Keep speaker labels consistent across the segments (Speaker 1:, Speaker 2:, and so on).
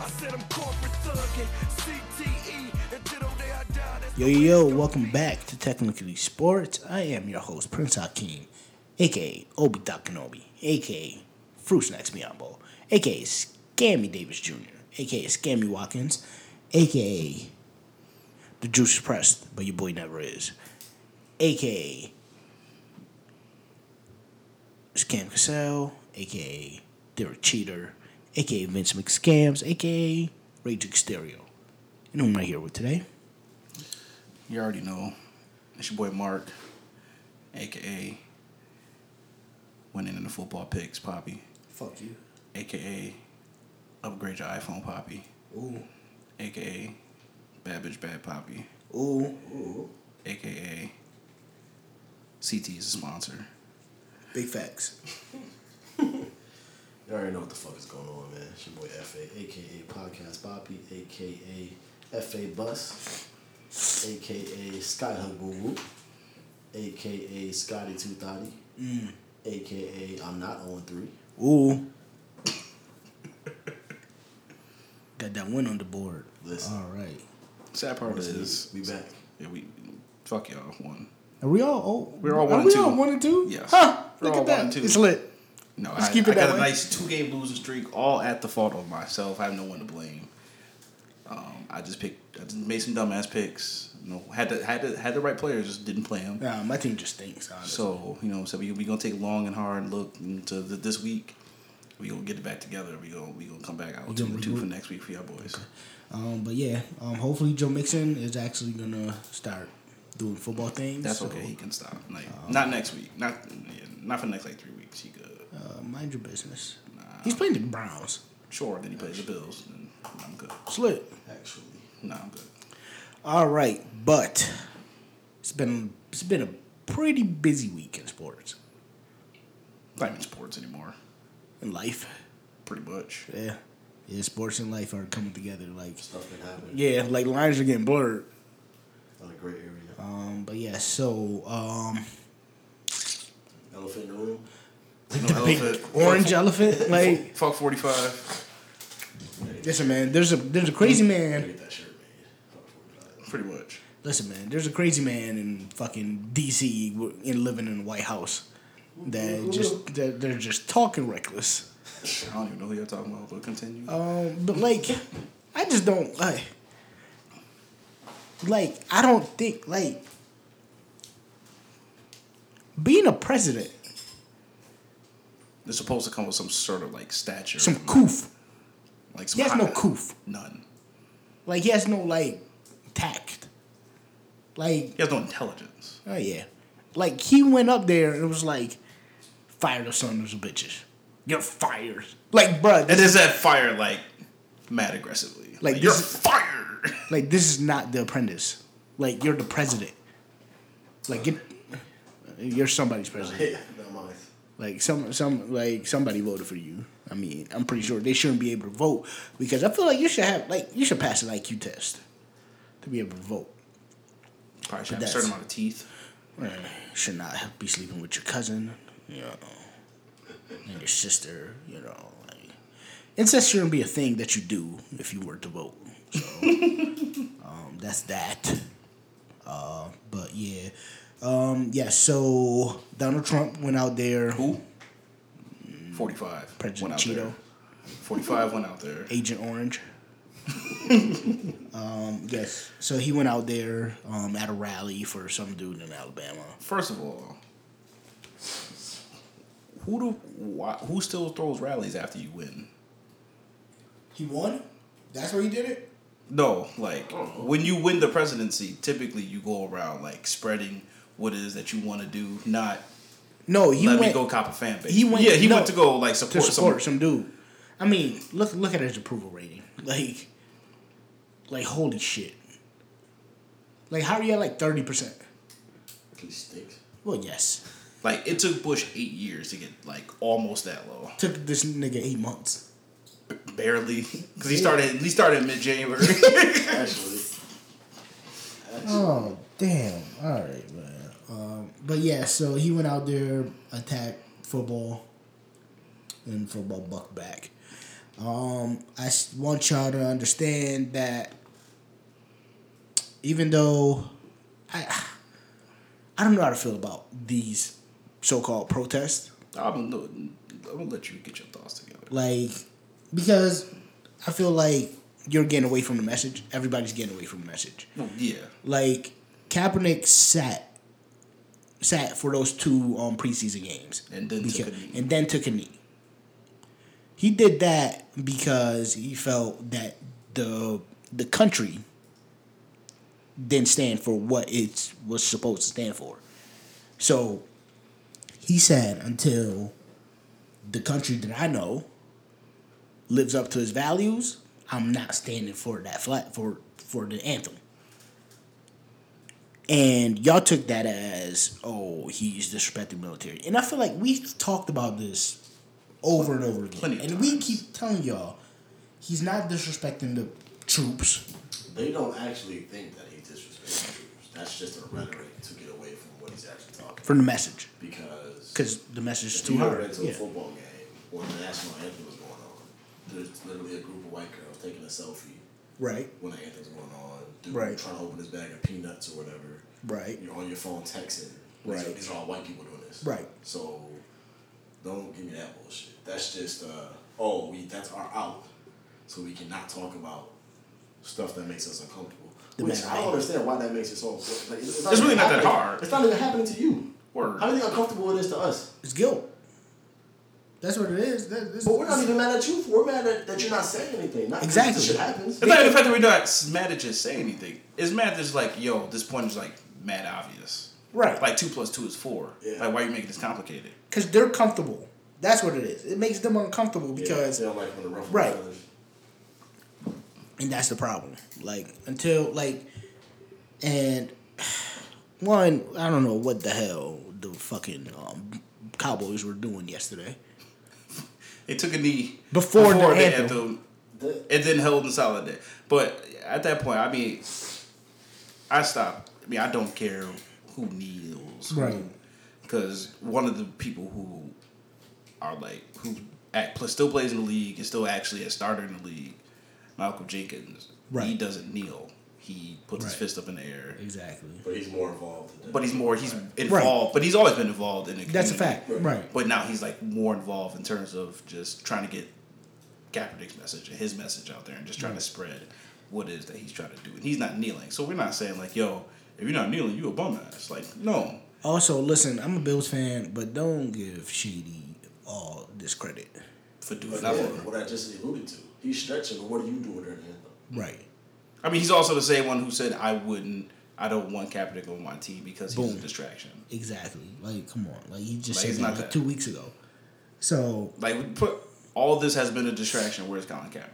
Speaker 1: I said I'm corporate thugging, CTE, and till the day I die, that's
Speaker 2: Yo, yo, yo, welcome back to Technically Sports. I am your host, Prince Hakeem, aka Obi Doc Kenobi, aka Fruit Snacks Beyond Bowl, aka Scammy Davis Jr., aka Scammy Watkins, aka The Juice is Pressed, but your boy never is, aka Scam Cassell, aka Derek Cheater, aka Vince McScams, aka Rage Stereo. And who am I here with today?
Speaker 3: You already know. It's your boy Mark, aka winning in the football picks, Poppy,
Speaker 2: Fuck you.
Speaker 3: aka upgrade your iPhone, Poppy,
Speaker 2: Ooh.
Speaker 3: aka Babbage Bad Poppy,
Speaker 2: Ooh, ooh,
Speaker 3: aka CT is a sponsor.
Speaker 2: big facts.
Speaker 4: You already know what the fuck is going on, man. It's your boy FA, aka Podcast Poppy, aka FA Bus, aka Skyhook Woo Woo, aka Scotty Two Thotty,
Speaker 2: Mm.
Speaker 4: aka I'm Not On Three.
Speaker 2: Ooh. Got that win on the board.
Speaker 4: Listen.
Speaker 2: All right.
Speaker 3: Sad part is
Speaker 4: We back.
Speaker 3: yeah, we fuck y'all one.
Speaker 2: Are we all oh
Speaker 3: We're all
Speaker 2: are
Speaker 3: one and
Speaker 2: we
Speaker 3: two.
Speaker 2: all one and two?
Speaker 3: Yes.
Speaker 2: Huh.
Speaker 3: We're
Speaker 2: Look
Speaker 3: all
Speaker 2: at
Speaker 3: one and
Speaker 2: that.
Speaker 3: two.
Speaker 2: It's lit.
Speaker 3: No,
Speaker 2: Let's
Speaker 3: I,
Speaker 2: keep it
Speaker 3: I got
Speaker 2: that
Speaker 3: a
Speaker 2: way.
Speaker 3: nice two game losing streak, all at the fault of myself. I have no one to blame. Um, I just picked, I just made some dumbass picks. You know, had the had the, had the right players, just didn't play them.
Speaker 2: Nah, my team just stinks, honestly.
Speaker 3: So you know, so we we gonna take a long and hard look into the, this week. We gonna get it back together. We gonna we gonna come back out two
Speaker 2: gonna
Speaker 3: and two for
Speaker 2: regroup?
Speaker 3: next week for y'all boys.
Speaker 2: um but yeah, um hopefully Joe Mixon is actually gonna start doing football things.
Speaker 3: That's
Speaker 2: so,
Speaker 3: okay. He can stop. Like not next week. Not yeah, not for the next like three weeks. He good.
Speaker 2: Uh, mind your business. He's playing the Browns.
Speaker 3: Sure. Then he plays the Bills. And I'm good.
Speaker 2: It's lit.
Speaker 4: Actually,
Speaker 3: No, I'm good.
Speaker 2: All right, but it's been it's been a pretty busy week in sports.
Speaker 3: Not even sports anymore.
Speaker 2: In life.
Speaker 3: Pretty much.
Speaker 2: Yeah. Yeah, sports and life are coming together. Like,
Speaker 4: stuff been happening
Speaker 2: yeah, like lines are getting blurred.
Speaker 4: on a great area.
Speaker 2: Um, but yeah, so um,
Speaker 4: Elephant in the room.
Speaker 3: No
Speaker 2: the big
Speaker 3: elephant.
Speaker 2: orange elephant. Like,
Speaker 3: Fuck forty five.
Speaker 2: listen, man. There's a there's a crazy
Speaker 4: Gotta
Speaker 2: man.
Speaker 4: get that shirt made.
Speaker 3: Pretty much.
Speaker 2: Listen, man. There's a crazy man in fucking D.C. w- in living in the White House that just that they're just talking reckless.
Speaker 3: I don't even know who you're talking about, but continue.
Speaker 2: Um, but like, I just don't like. Like, I don't think like being a president,
Speaker 3: It's supposed to come with some sort of like stature.
Speaker 2: some coof.
Speaker 3: Like some
Speaker 2: He has no
Speaker 3: high-
Speaker 2: coof.
Speaker 3: None.
Speaker 2: Like he has no like tact. Like
Speaker 3: He has no intelligence.
Speaker 2: oh yeah, like he went up there and it was like, fire the son of those bitches. You're fired. Like bruh,
Speaker 3: And
Speaker 2: this,
Speaker 3: is that fire like mad aggressively?
Speaker 2: Like,
Speaker 3: Like, you're
Speaker 2: this is-
Speaker 3: fired.
Speaker 2: like this is not the Apprentice. Like you're the president. Like get, you're somebody's president.
Speaker 4: Yeah, not mine.
Speaker 2: Like some some like somebody voted for you. I mean, I'm pretty sure they shouldn't be able to vote because I feel like you should have like you should pass an IQ test to be able to vote.
Speaker 3: Probably should have a
Speaker 2: that's-
Speaker 3: certain amount of teeth.
Speaker 2: Uh, should not be sleeping with your cousin, you know, and your sister, you know. Like, incest shouldn't be a thing that you do if you were to vote. So, um, that's that. Uh, but yeah, um, yeah. So Donald Trump went out there.
Speaker 3: Who? Forty five.
Speaker 2: President
Speaker 3: out
Speaker 2: Cheeto,
Speaker 3: there. Forty five went out there.
Speaker 2: Agent Orange. um, yes. So he went out there um, at a rally for some dude in Alabama.
Speaker 3: First of all, who do why, who still throws rallies after you win?
Speaker 2: He won. That's where he did it.
Speaker 3: No, like when you win the presidency, typically you go around like spreading what it is that you want to do, not
Speaker 2: No, he
Speaker 3: let
Speaker 2: went
Speaker 3: me go cop a fan base.
Speaker 2: he went-
Speaker 3: yeah, he
Speaker 2: no,
Speaker 3: went to go like
Speaker 2: to
Speaker 3: support,
Speaker 2: support
Speaker 3: some
Speaker 2: some dude. I mean, look look at his approval rating. Like, like holy shit. Like how are you at like thirty percent?
Speaker 4: He stinks.
Speaker 2: Well, yes.
Speaker 3: like it took Bush eight years to get like almost that low.
Speaker 2: Took this nigga eight months.
Speaker 3: Barely, because he started. He started mid January.
Speaker 4: Actually.
Speaker 2: Oh damn! All right, man. Um, but yeah, so he went out there, attacked football, and football bucked back. Um, I s- want y'all to understand that even though I, I don't know how to feel about these so-called protests,
Speaker 3: I'm gonna, I'm gonna let you get your thoughts together.
Speaker 2: like because I feel like you're getting away from the message. Everybody's getting away from the message.
Speaker 3: No, yeah,
Speaker 2: Like Kaepernick sat sat for those two um, preseason games,
Speaker 3: And then took
Speaker 2: Beca-
Speaker 3: a knee.
Speaker 2: and then took a knee. He did that because he felt that the the country didn't stand for what it was supposed to stand for. So he said until the country that I know lives up to his values, I'm not standing for that flat for for the anthem. And y'all took that as, oh, he's disrespecting the military. And I feel like we've talked about this over and over again.
Speaker 3: Plenty of
Speaker 2: and we
Speaker 3: times.
Speaker 2: keep telling y'all he's not disrespecting the troops.
Speaker 5: They don't actually think that he disrespects the troops. That's just a rhetoric to get away from what he's actually talking.
Speaker 2: from the message
Speaker 5: Because
Speaker 2: because the message is
Speaker 5: if
Speaker 2: too
Speaker 5: you ever
Speaker 2: hard.
Speaker 5: been to a
Speaker 2: Yeah.
Speaker 5: football game or the national anthem was going on, there's literally a group of white girls taking a selfie
Speaker 2: Right,
Speaker 5: when the anthem's going on. Dude
Speaker 2: Right.
Speaker 5: trying to open his bag of peanuts or whatever.
Speaker 2: right,
Speaker 5: You're on your phone texting. These are,
Speaker 2: Right.
Speaker 5: these are all white people doing this.
Speaker 2: Right.
Speaker 5: So don't give me that bullshit. That's just uh oh we that's our out. So we cannot talk about stuff that makes us uncomfortable.
Speaker 2: The
Speaker 5: Which
Speaker 2: man
Speaker 5: I don't
Speaker 2: language.
Speaker 5: understand why that makes it so. Like, it's
Speaker 3: It's
Speaker 5: even
Speaker 3: really not that
Speaker 5: happening-
Speaker 3: hard.
Speaker 5: It's not even happening to you.
Speaker 3: Word.
Speaker 5: How do you think uncomfortable it is to us?
Speaker 2: it's guilt. That's what it is. That, this,
Speaker 5: But we're not even mad at you. For we're mad at, that you're not saying anything. Not 'cause
Speaker 2: Exactly.
Speaker 5: This shit happens.
Speaker 3: It's not even the fact that we're not mad at just saying anything. It's mad that it's like, yo, this point is like mad obvious.
Speaker 2: Right.
Speaker 3: Like two plus two is four.
Speaker 5: Yeah.
Speaker 3: Like why are you making this complicated?
Speaker 2: because they're comfortable. That's what it is. It makes them uncomfortable
Speaker 5: Yeah,
Speaker 2: because,
Speaker 5: they don't like when the ruffle
Speaker 2: Right.
Speaker 5: feathers.
Speaker 2: and that's the problem. Like until like, and one, I don't know what the hell the fucking um, Cowboys were doing yesterday.
Speaker 3: They took a knee
Speaker 2: Before the anthem.
Speaker 5: The-
Speaker 3: and then held in solid there. But at that point, I mean, I stopped. I mean, I don't care who kneels,
Speaker 2: Right.
Speaker 3: Because one of the people who are like who act, pl- still plays in the league and still actually a starter in the league, Malcolm Jenkins. He
Speaker 2: Right.
Speaker 3: doesn't kneel. He puts his
Speaker 2: Right.
Speaker 3: fist up in the air.
Speaker 2: Exactly.
Speaker 5: But he's more involved. than that.
Speaker 3: But he's more he's involved. But he's always been involved in the
Speaker 2: That's a
Speaker 3: community.
Speaker 2: fact.
Speaker 5: Right.
Speaker 2: Right.
Speaker 3: But now he's like more involved in terms of just trying to get Kaepernick's message and his message out there and just trying to spread what it is that he's trying to do. And he's not kneeling. So we're not saying like, yo, if you're not kneeling, you a bum ass. Like, no.
Speaker 2: Also, listen, I'm a Bills fan, but don't give Shady all this credit.
Speaker 3: For doing
Speaker 5: But yeah,
Speaker 3: that.
Speaker 5: what I just alluded to. He's stretching, but what are you doing during the anthem?
Speaker 2: Right.
Speaker 3: I mean he's also the same one who said I wouldn't I don't want Kaepernick on my team because he's a
Speaker 2: Boom.
Speaker 3: distraction.
Speaker 2: Exactly. Like, come on. Like he just
Speaker 3: Like,
Speaker 2: said
Speaker 3: it's
Speaker 2: that,
Speaker 3: not
Speaker 2: like,
Speaker 3: that.
Speaker 2: two weeks ago. So
Speaker 3: Like we put all this has been a distraction. Where's Colin Kaepernick?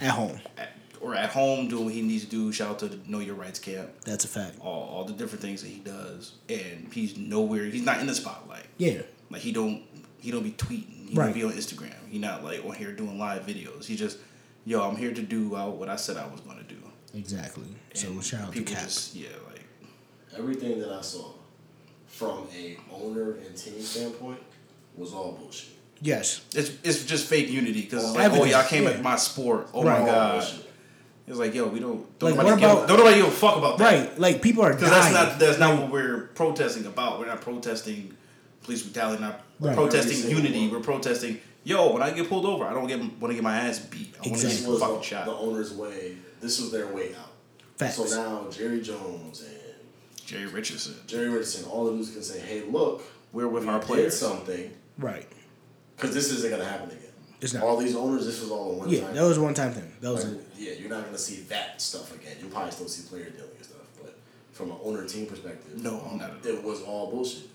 Speaker 2: at home,
Speaker 3: At, or at home doing what he needs to do, shout out to the Know Your Rights camp.
Speaker 2: that's a fact.
Speaker 3: all, all the different things that he does, and he's nowhere. He's not in the spotlight.
Speaker 2: Yeah.
Speaker 3: Like he don't he don't be tweeting. He
Speaker 2: Right.
Speaker 3: don't be on Instagram. He not like on here doing live videos. He just yo, I'm here to do uh, what I said I was gonna do.
Speaker 2: Exactly. So
Speaker 3: And
Speaker 2: shout out to
Speaker 3: people
Speaker 2: Cap.
Speaker 3: just- yeah, like
Speaker 5: Everything that I saw from a owner and team standpoint was all bullshit.
Speaker 2: Yes.
Speaker 3: it's it's just fake unity because it's like oh
Speaker 2: Evidence,
Speaker 3: y'all came
Speaker 2: yeah.
Speaker 3: at my sport. Oh
Speaker 2: Right.
Speaker 3: my
Speaker 5: all
Speaker 3: god.
Speaker 5: bullshit.
Speaker 3: It's like yo, we don't don't
Speaker 2: Like,
Speaker 3: nobody
Speaker 2: what
Speaker 3: give,
Speaker 2: about-
Speaker 3: don't nobody give a fuck about that.
Speaker 2: Right. Like people are
Speaker 3: Because
Speaker 2: dying.
Speaker 3: that's not that's not what we're protesting about. We're not protesting police brutality. Not
Speaker 2: Right.
Speaker 5: Every
Speaker 3: protesting
Speaker 5: single
Speaker 3: unity.
Speaker 5: one.
Speaker 3: We're protesting. Yo, when I get pulled over, I don't get want to get my ass beat. I want to
Speaker 5: This
Speaker 3: get
Speaker 2: Exactly.
Speaker 5: was
Speaker 3: fucking
Speaker 5: the,
Speaker 3: shot.
Speaker 5: the owner's way. This was their way out.
Speaker 2: Facts.
Speaker 5: So now Jerry Jones and
Speaker 3: Jerry Richardson.
Speaker 5: Jerry Richardson, all the dudes can say, "Hey, look,
Speaker 3: We're with
Speaker 5: we
Speaker 3: our
Speaker 5: did
Speaker 3: players.
Speaker 5: something
Speaker 2: right.
Speaker 5: because this isn't gonna happen again."
Speaker 2: It's not.
Speaker 5: All these owners, this was all in one
Speaker 2: Yeah,
Speaker 5: time.
Speaker 2: that was one time thing. That was
Speaker 5: Like,
Speaker 2: it.
Speaker 5: yeah, you're not gonna see that stuff again. You'll probably still see player dealing and stuff, but from an owner team perspective,
Speaker 3: No, I'm not at all.
Speaker 5: It was all bullshit.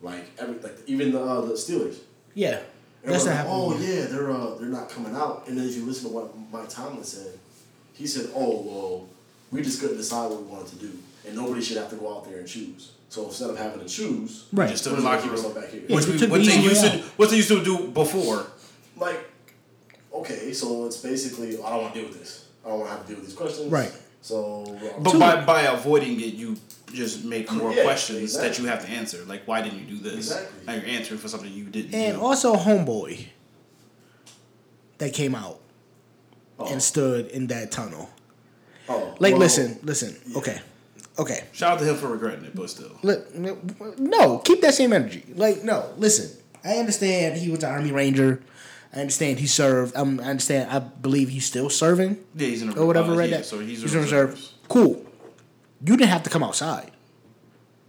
Speaker 5: Like every, like even the uh, the Steelers.
Speaker 2: Yeah. That's
Speaker 5: Everyone's
Speaker 2: not
Speaker 5: like,
Speaker 2: happening.
Speaker 5: Oh yeah, they're uh, they're not coming out. And then if you listen to what Mike Tomlin said, he said, "Oh well, we just couldn't decide what we wanted to do, and nobody should have to go out there and choose. So instead of having to choose,
Speaker 2: Right.
Speaker 3: Just
Speaker 5: we're
Speaker 3: a
Speaker 5: just gonna
Speaker 3: locker
Speaker 5: keep
Speaker 3: room.
Speaker 5: ourselves back here.
Speaker 3: Which
Speaker 2: we
Speaker 3: we,
Speaker 2: took
Speaker 3: what
Speaker 2: the
Speaker 3: they
Speaker 2: easy
Speaker 3: used to
Speaker 2: out.
Speaker 3: what they used to do before.
Speaker 5: like, okay, so it's basically I don't want to deal with this. I don't want to have to deal with these questions.
Speaker 2: Right.
Speaker 5: So, uh,
Speaker 3: But by, by avoiding it, you just make more
Speaker 5: Yeah,
Speaker 3: questions that
Speaker 5: exactly.
Speaker 3: you have to answer. Like, why didn't you do this?
Speaker 5: Exactly.
Speaker 3: Now you're answering for something you didn't
Speaker 2: and
Speaker 3: do.
Speaker 2: also homeboy. that came out
Speaker 3: Oh.
Speaker 2: and stood in that tunnel.
Speaker 3: Oh,
Speaker 2: Like,
Speaker 3: well,
Speaker 2: listen, listen. Okay, okay.
Speaker 3: Shout out to him for regretting it, but still.
Speaker 2: Look, no, keep that same energy. Like, no, listen. I understand he was an Army Ranger. I understand he served. Um, I understand. I believe he's still serving
Speaker 3: Yeah, he's in a
Speaker 2: or whatever.
Speaker 3: uh,
Speaker 2: right?
Speaker 3: yeah,
Speaker 2: that.
Speaker 3: So he's,
Speaker 2: in reserve. Cool. You didn't have to come outside.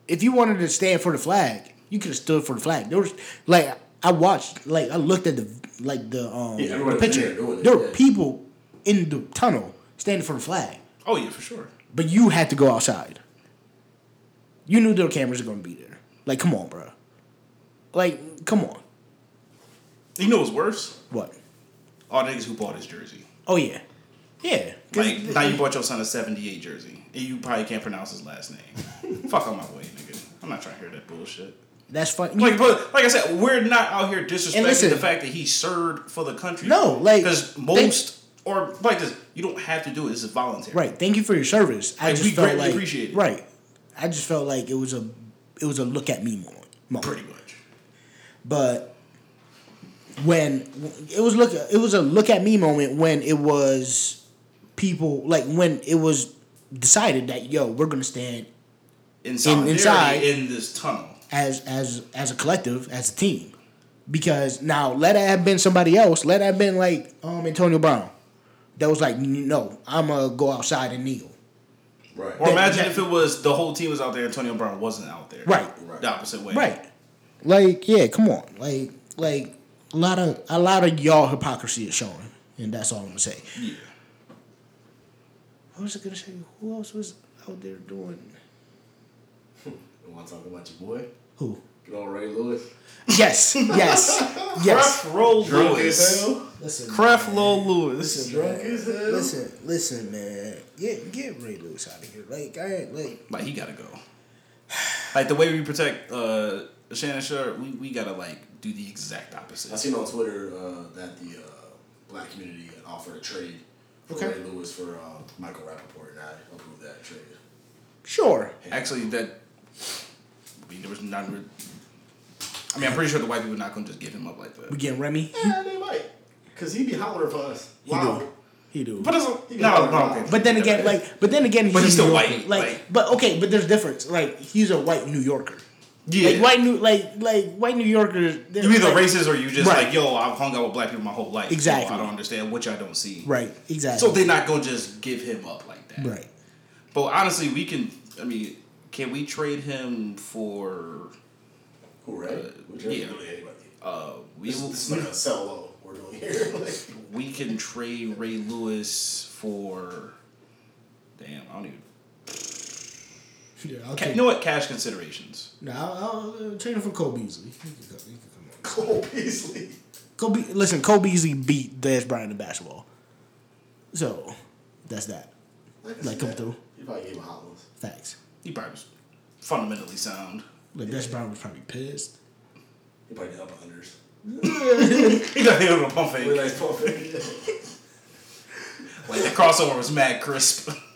Speaker 2: If you wanted to stand for the flag, you could have stood for the flag. There was like I watched, like I looked at the like the um
Speaker 5: Yeah,
Speaker 2: the
Speaker 5: everybody was
Speaker 2: picture.
Speaker 5: there doing it,
Speaker 2: there were
Speaker 5: yeah.
Speaker 2: people in the tunnel standing for the flag.
Speaker 3: Oh yeah, for sure.
Speaker 2: But you had to go outside. You knew their cameras were gonna be there. Like, come on, bro. Like, come on.
Speaker 3: You know what's worse?
Speaker 2: What?
Speaker 3: All the niggas who bought his jersey.
Speaker 2: Oh yeah, yeah. 'Cause
Speaker 3: Like now you bought your son a '78 jersey, and you probably can't pronounce his last name. Fuck on my way, nigga. I'm not trying to hear that bullshit.
Speaker 2: that's fine.
Speaker 3: Like, but like I said, we're not out here disrespecting
Speaker 2: And listen-
Speaker 3: the fact that he served for the country.
Speaker 2: No, like,
Speaker 3: because
Speaker 2: they-
Speaker 3: most or like this, you don't have to do it. This is voluntary.
Speaker 2: right. Thank you for your service. I
Speaker 3: Like,
Speaker 2: just
Speaker 3: we
Speaker 2: felt
Speaker 3: greatly
Speaker 2: like
Speaker 3: appreciate it.
Speaker 2: right. I just felt like it was a it was a look at me moment. moment.
Speaker 3: Pretty much.
Speaker 2: but when it was look it was a look at me moment when it was people like when it was decided that yo we're gonna stand
Speaker 3: In solidarity,
Speaker 2: inside-
Speaker 3: in this tunnel.
Speaker 2: as as as a collective, as a team. Because now let it have been somebody else. Let it have been like um Antonio Brown. That was like, "N- no, I'ma go outside and kneel.
Speaker 5: Right.
Speaker 3: Or imagine
Speaker 2: that-
Speaker 3: if it was the whole team was out there, Antonio Brown wasn't out there.
Speaker 2: Right.
Speaker 5: Right.
Speaker 3: The opposite way.
Speaker 2: Right. Like, yeah, come on. Like like a lot of a lot of y'all hypocrisy is showing. And that's all I'm gonna say.
Speaker 3: Yeah.
Speaker 2: I was gonna say, who else was out there doing
Speaker 4: You want to talk about your boy?
Speaker 2: who?
Speaker 5: Good old Ray Lewis.
Speaker 2: Yes, yes, yes.
Speaker 3: Cref Roll
Speaker 5: Drunk as
Speaker 3: Lewis.
Speaker 5: hell.
Speaker 2: Listen,
Speaker 3: Cref Roll Lewis.
Speaker 5: Drunk as hell.
Speaker 2: listen, listen, man. Get get Ray Lewis out of here. Like I ain't like
Speaker 3: Like he gotta go. Like the way we protect uh Shannon Sharp, we, we gotta like do the exact
Speaker 5: I
Speaker 3: opposite.
Speaker 5: seen on Twitter uh, that the uh, black community had offered a trade for
Speaker 2: Okay.
Speaker 5: Ray Lewis for uh, Michael Rappaport, and I approved that trade.
Speaker 2: sure.
Speaker 3: Actually, that I mean, there was not. re- I mean, I'm pretty sure the white people not gonna just give him up like
Speaker 2: We
Speaker 3: that.
Speaker 2: get Remy.
Speaker 5: Yeah, they might. Because he'd be hollering for us.
Speaker 2: He
Speaker 5: Wow.
Speaker 2: do. He do.
Speaker 3: But
Speaker 2: But,
Speaker 3: it's a, no, no.
Speaker 5: But
Speaker 3: But
Speaker 2: then again, like, but then again,
Speaker 3: But he's
Speaker 2: a
Speaker 3: still
Speaker 2: New
Speaker 3: white,
Speaker 2: Yorker. Like,
Speaker 3: like-
Speaker 2: but okay, but there's difference. Like, he's a white New Yorker.
Speaker 3: yeah,
Speaker 2: Like white New, like like white New Yorkers. they're-
Speaker 3: you either
Speaker 2: like-
Speaker 3: racist or you just
Speaker 2: Right.
Speaker 3: like yo. I've hung out with black people my whole life.
Speaker 2: Exactly.
Speaker 3: So I don't understand what y'all don't see.
Speaker 2: Right. Exactly.
Speaker 3: So they're not gonna just give him up like that.
Speaker 2: right.
Speaker 3: But honestly, we can. I mean, can we trade him for?
Speaker 5: Who, Ray?
Speaker 3: Uh,
Speaker 5: Which is
Speaker 3: yeah.
Speaker 5: really anybody.
Speaker 3: Uh, we
Speaker 5: This, this is like a sell low we're doing here. like,
Speaker 3: we can trade Ray Lewis for. Damn, I don't even.
Speaker 2: Yeah, I'll
Speaker 3: Ca-
Speaker 2: take.
Speaker 3: you know what? Cash considerations.
Speaker 2: No, I'll, I'll uh, trade him for Cole Beasley. He can come, he can come on.
Speaker 5: Cole Beasley.
Speaker 2: Kobe, listen, Cole Beasley beat Dez Bryant in basketball. So, that's that.
Speaker 5: I can
Speaker 2: Like,
Speaker 5: see
Speaker 2: come
Speaker 5: that.
Speaker 2: through.
Speaker 5: He probably gave him hollows.
Speaker 2: Facts.
Speaker 3: He probably was fundamentally sound.
Speaker 2: Like, Des Bryant was probably pissed.
Speaker 5: He probably did up unders.
Speaker 3: He got hit with a pump
Speaker 5: Really
Speaker 3: fake.
Speaker 5: nice ball fake.
Speaker 3: Like the crossover was mad crisp.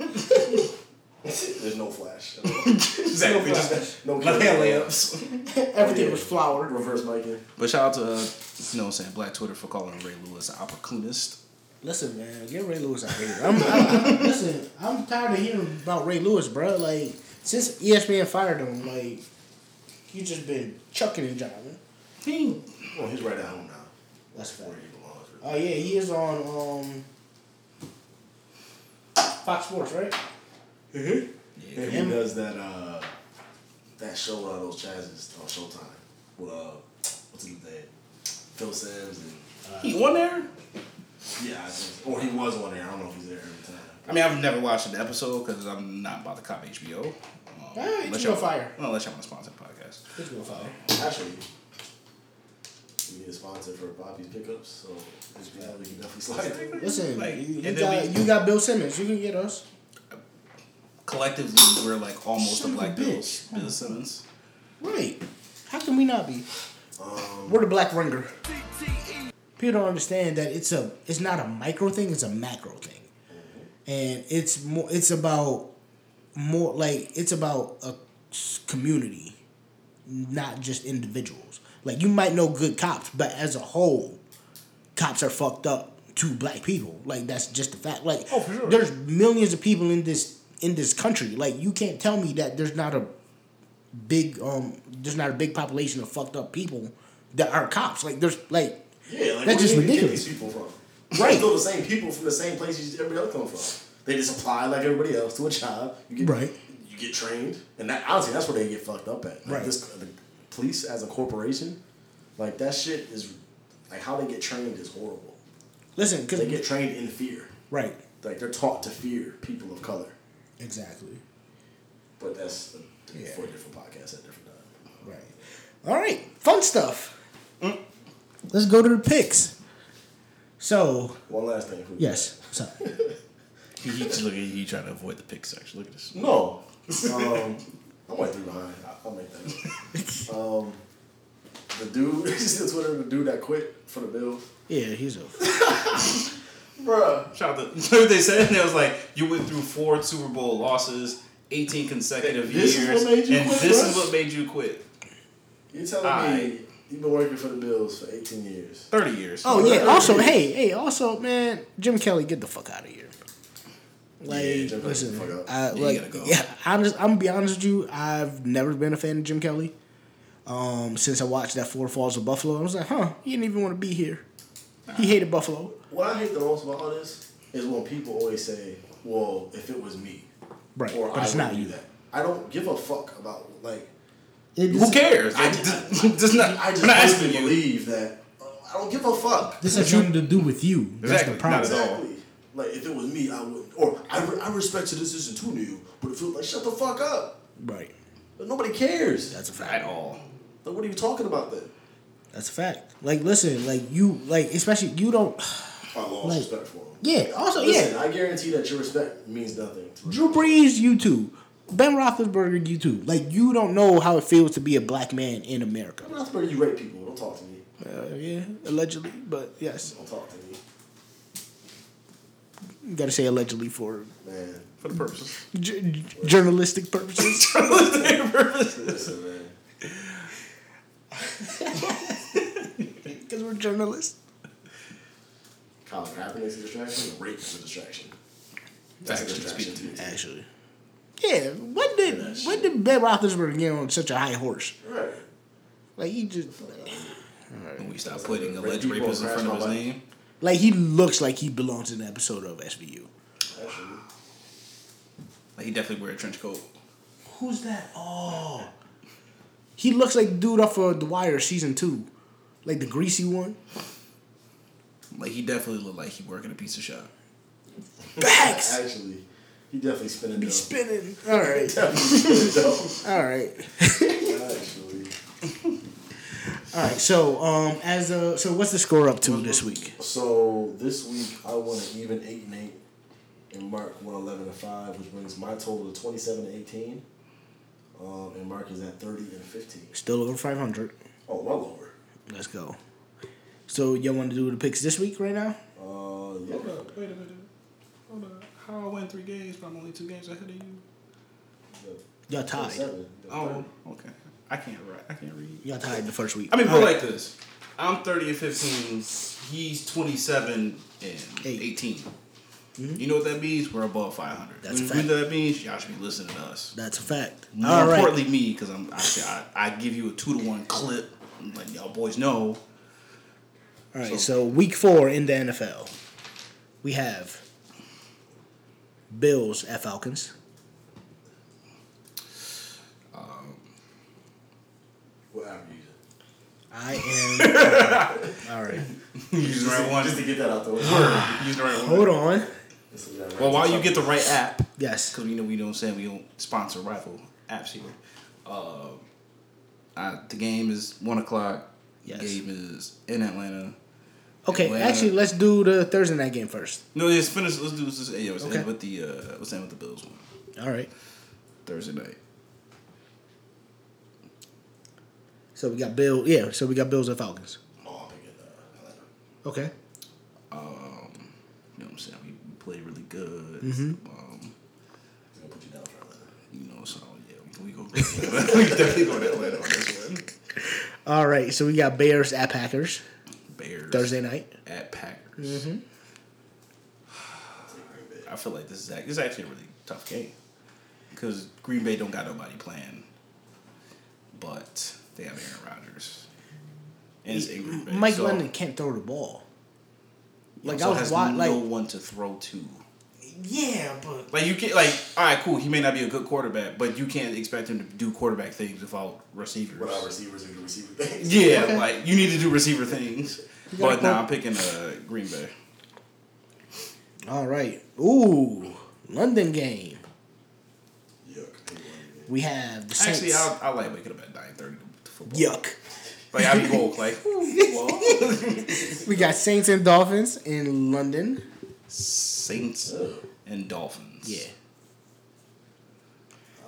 Speaker 5: There's no flash.
Speaker 3: exactly.
Speaker 5: No
Speaker 3: Just
Speaker 5: flash. No
Speaker 3: left hand
Speaker 5: kill.
Speaker 3: layups.
Speaker 2: Everything was flowered.
Speaker 5: Reverse miking.
Speaker 3: But shout out to uh, you know what I'm saying Black Twitter for calling Ray Lewis an opportunist.
Speaker 2: Listen, man, get Ray Lewis out of here. I'm, I'm, listen, I'm tired of hearing about Ray Lewis, bro. Like since E ESPN fired him, like he just been chucking and jiving.
Speaker 3: He ain't-
Speaker 5: Well, he's right at home now.
Speaker 2: That's fair.
Speaker 5: Where he belongs.
Speaker 2: Oh
Speaker 5: really.
Speaker 2: yeah, he is on um Fox Sports, right?
Speaker 5: And
Speaker 2: Him-
Speaker 5: he does that uh that show with all those chazes on Showtime with uh what's his name? Phil Sims and
Speaker 3: He on there?
Speaker 5: yeah, I think, or he was on there. I don't know if he's there every time.
Speaker 3: I mean, I've never watched an episode because I'm not about to cop HBO. Um,
Speaker 2: it's
Speaker 3: unless
Speaker 2: no
Speaker 3: y'all-
Speaker 2: fire.
Speaker 3: well, Unless y'all want to sponsor the podcast.
Speaker 2: It's gonna fire.
Speaker 5: Actually, we need a sponsor for Bobby's pickups, so it's glad we can definitely slide through.
Speaker 2: Listen,
Speaker 3: Like,
Speaker 2: you, you
Speaker 3: and then
Speaker 2: got
Speaker 3: we-
Speaker 2: you got Bill Simmons. You can get us.
Speaker 3: Collectively, we're like almost
Speaker 2: Son
Speaker 3: the
Speaker 2: of a
Speaker 3: Black
Speaker 2: bitch.
Speaker 3: Bills. Bill Simmons.
Speaker 2: Right. How can we not be?
Speaker 5: Um,
Speaker 2: We're the black ringer.
Speaker 1: CTE.
Speaker 2: people don't understand that it's a it's not a micro thing it's a macro thing and it's more it's about more like it's about a s- community not just individuals like you might know good cops but as a whole cops are fucked up to black people. Like that's just a fact. Like
Speaker 3: Oh, for sure.
Speaker 2: there's millions of people in this in this country. Like you can't tell me that there's not a big um there's not a big population of fucked up people that are cops. Like there's like
Speaker 5: Yeah, like
Speaker 2: That's
Speaker 5: where
Speaker 2: just
Speaker 5: you even get
Speaker 2: ridiculous.
Speaker 5: These people from
Speaker 2: Right.
Speaker 5: right? Still the same people from the same place you- everybody else come from. They just apply like everybody else to a job. You get
Speaker 2: Right.
Speaker 5: You get trained, and that honestly, that's where they get fucked up at. Like
Speaker 2: Right.
Speaker 5: This, the police as a corporation, like that shit is like how they get trained is horrible.
Speaker 2: listen because
Speaker 5: They get trained in fear.
Speaker 2: right
Speaker 5: Like they're taught to fear people of color.
Speaker 2: exactly
Speaker 5: But that's uh,
Speaker 2: Yeah.
Speaker 5: for a different podcast at a different time.
Speaker 2: right. All right, fun stuff. Mm. Let's go to the picks. So
Speaker 5: One last thing. for you.
Speaker 2: yes, sorry.
Speaker 3: He, he, look, he, he trying to avoid the pick section. Look at this.
Speaker 5: No. Um, I'm like three behind. I- I'll make that. up. Um, the dude, he's on Twitter, the dude that quit for the Bills.
Speaker 2: yeah, he's a
Speaker 5: Bruh.
Speaker 3: Shout out to you know what they said. They was like, you went through four Super Bowl losses, eighteen consecutive
Speaker 5: This is
Speaker 3: years,
Speaker 5: what made you
Speaker 3: and
Speaker 5: quit,
Speaker 3: this
Speaker 5: bro?
Speaker 3: is what made you quit.
Speaker 5: You're telling me
Speaker 3: Aight.
Speaker 5: you've been working for the Bills for 18 years.
Speaker 3: Thirty years.
Speaker 2: Oh yeah. Also, hey, hey. Also, man, Jim Kelly, get the fuck out of here. Like,
Speaker 5: Yeah, Jim Kelly,
Speaker 2: listen,
Speaker 5: fuck up.
Speaker 2: I,
Speaker 3: Yeah, you
Speaker 2: like,
Speaker 3: gotta go.
Speaker 2: yeah. Honest, I'm gonna be honest with you. I've never been a fan of Jim Kelly. Um, since I watched that Four Falls of Buffalo, I was like, huh, he didn't even want to be here. He hated Buffalo.
Speaker 5: What I hate the most about all this is when people always say, well, if it was me.
Speaker 2: Right,
Speaker 5: Or
Speaker 2: but
Speaker 5: I
Speaker 2: it's
Speaker 5: would
Speaker 2: not
Speaker 5: do
Speaker 2: you.
Speaker 5: that. I don't give a fuck about, like,
Speaker 3: who cares?
Speaker 5: I
Speaker 3: Like,
Speaker 5: just-
Speaker 3: this- this not,
Speaker 5: I just
Speaker 3: we're not asking
Speaker 5: really
Speaker 3: you.
Speaker 5: believe that. uh, I don't give a fuck.
Speaker 2: This has nothing to do with you. That's
Speaker 3: Exactly,
Speaker 2: the
Speaker 3: not
Speaker 2: problem.
Speaker 3: at all.
Speaker 5: Exactly. Like if it was me, I would. Or I, re- I respect your decision too, new. But it feels like shut the fuck up.
Speaker 2: Right.
Speaker 5: Like, nobody cares.
Speaker 2: That's a fact.
Speaker 3: At all.
Speaker 5: Like what are you talking about then?
Speaker 2: That's a fact. Like, listen, like you, like especially you don't.
Speaker 5: I lost
Speaker 2: Like-
Speaker 5: respect for him.
Speaker 2: Yeah. Also,
Speaker 5: Listen,
Speaker 2: yeah.
Speaker 5: I guarantee that your respect means nothing. To
Speaker 2: Drew Brees, you too. Ben Roethlisberger, you too. Like you don't know how it feels to be a black man in America.
Speaker 5: I'm not supposed you rape people. Don't talk to me.
Speaker 2: Uh, yeah, allegedly, but yes,
Speaker 5: Don't talk to me,
Speaker 2: you gotta say allegedly for
Speaker 5: man.
Speaker 3: For the purposes.
Speaker 2: j- j- journalistic purposes.
Speaker 5: Listen, man.
Speaker 2: Because we're journalists.
Speaker 5: Colin Kaepernick's a distraction. Rape is a distraction. That's a
Speaker 3: Actually,
Speaker 5: distraction to me.
Speaker 2: Actually, yeah. When did when did Ben Roethlisberger get on such a high horse?
Speaker 5: Right.
Speaker 2: Like he just
Speaker 3: When we stop putting alleged
Speaker 5: people
Speaker 3: rapists in
Speaker 5: crash
Speaker 3: front of
Speaker 5: my
Speaker 3: his
Speaker 5: bike.
Speaker 3: name.
Speaker 2: like he looks like he belongs in an episode of SVU.
Speaker 5: Actually,
Speaker 3: Like he definitely wear a trench coat.
Speaker 2: Who's that? Oh, he looks like the dude off of The Wire season two, like the greasy one.
Speaker 3: Like he definitely look like he work in a pizza shop.
Speaker 2: Facts.
Speaker 5: actually, he definitely spinning.
Speaker 2: Be
Speaker 5: dough.
Speaker 2: spinning. All right.
Speaker 5: Definitely spinning.
Speaker 2: All right.
Speaker 5: dough. Actually.
Speaker 2: All right. So, um, as a so, what's the score up to this week?
Speaker 5: So this week I won an even eight and eight, and Mark won eleven and five, which brings my total to twenty seven and eighteen. Um, and Mark is at thirty and fifteen.
Speaker 2: Still over five hundred.
Speaker 5: Oh, well over.
Speaker 2: Let's go. So, y'all want to do the picks this week right now?
Speaker 5: Uh, yeah.
Speaker 3: wait a minute. Hold on. How I win three games, but I'm only two games ahead of you.
Speaker 2: Y'all tied.
Speaker 5: Seven.
Speaker 3: Oh, okay. I can't write. I can't read.
Speaker 2: Y'all tied the first week.
Speaker 3: I mean,
Speaker 2: All
Speaker 3: put it like this. I'm 30 and 15. He's 27 and
Speaker 2: Eight.
Speaker 3: 18. You know what that means? We're above 500.
Speaker 2: Mm-hmm. That's
Speaker 3: you
Speaker 2: a fact.
Speaker 3: know what that means? Y'all should be listening to us.
Speaker 2: That's a fact.
Speaker 3: More
Speaker 2: All right.
Speaker 3: importantly, me, because I'm I, I, I give you a two to one clip, and let y'all boys know.
Speaker 2: All right. So, week four in the NFL, we have Bills at Falcons.
Speaker 5: What app you using?
Speaker 2: I am. all right.
Speaker 3: Use the right one.
Speaker 5: Just to get that out the way.
Speaker 3: Use the right one.
Speaker 2: Hold on.
Speaker 5: Just to get that right
Speaker 3: Well,
Speaker 5: to
Speaker 3: while
Speaker 5: the
Speaker 3: you get the right app,
Speaker 2: Yes.
Speaker 3: because you know we don't say we don't sponsor rival apps here. Uh, I, the game is one o'clock.
Speaker 2: Yes.
Speaker 3: Game is in Atlanta.
Speaker 2: Okay.
Speaker 3: Atlanta-
Speaker 2: Actually, let's do the Thursday night game first.
Speaker 3: No, let's finish. Let's do this. Yeah, let's
Speaker 2: Okay.
Speaker 3: end with the uh, let's end with the Bills one
Speaker 2: All right.
Speaker 3: Thursday night.
Speaker 2: So we got Bill. Yeah. So we got Bills and Falcons.
Speaker 5: top. Oh, I'm picking uh, Atlanta.
Speaker 2: Okay.
Speaker 3: You know what I'm saying? We play really good.
Speaker 2: Mm-hmm.
Speaker 3: Um,
Speaker 5: I'm gonna put you down for Atlanta.
Speaker 3: you know, so yeah, we, we go. we definitely go to Atlanta on this one.
Speaker 2: All right. So we got Bears at Packers
Speaker 3: Bears
Speaker 2: Thursday night. Mm-hmm.
Speaker 3: at Packers. I feel like this is act- this is actually a really tough game because Green Bay don't got nobody playing, but they have Aaron Rodgers. And it's in Green Bay,
Speaker 2: Mike
Speaker 3: so-
Speaker 2: London can't throw the ball. Like
Speaker 3: so
Speaker 2: I was
Speaker 3: has
Speaker 2: wa-
Speaker 3: no
Speaker 2: like
Speaker 3: one to throw to.
Speaker 2: yeah, but
Speaker 3: Like you can like all right, cool. He may not be a good quarterback, but you can't expect him to do quarterback things without receivers.
Speaker 5: Without receivers who do receiver things.
Speaker 3: Yeah, like you need to do receiver things.
Speaker 2: gotta
Speaker 3: But now
Speaker 2: go-
Speaker 3: I'm picking uh, Green Bay.
Speaker 2: all right. Ooh, London game.
Speaker 5: Yuck. they won.
Speaker 2: We have the Saints.
Speaker 3: Actually, I I like waking up at nine thirty to football.
Speaker 2: Yuck.
Speaker 3: like I be woke like
Speaker 2: We got Saints and Dolphins in London.
Speaker 3: Saints and Dolphins.
Speaker 2: Yeah.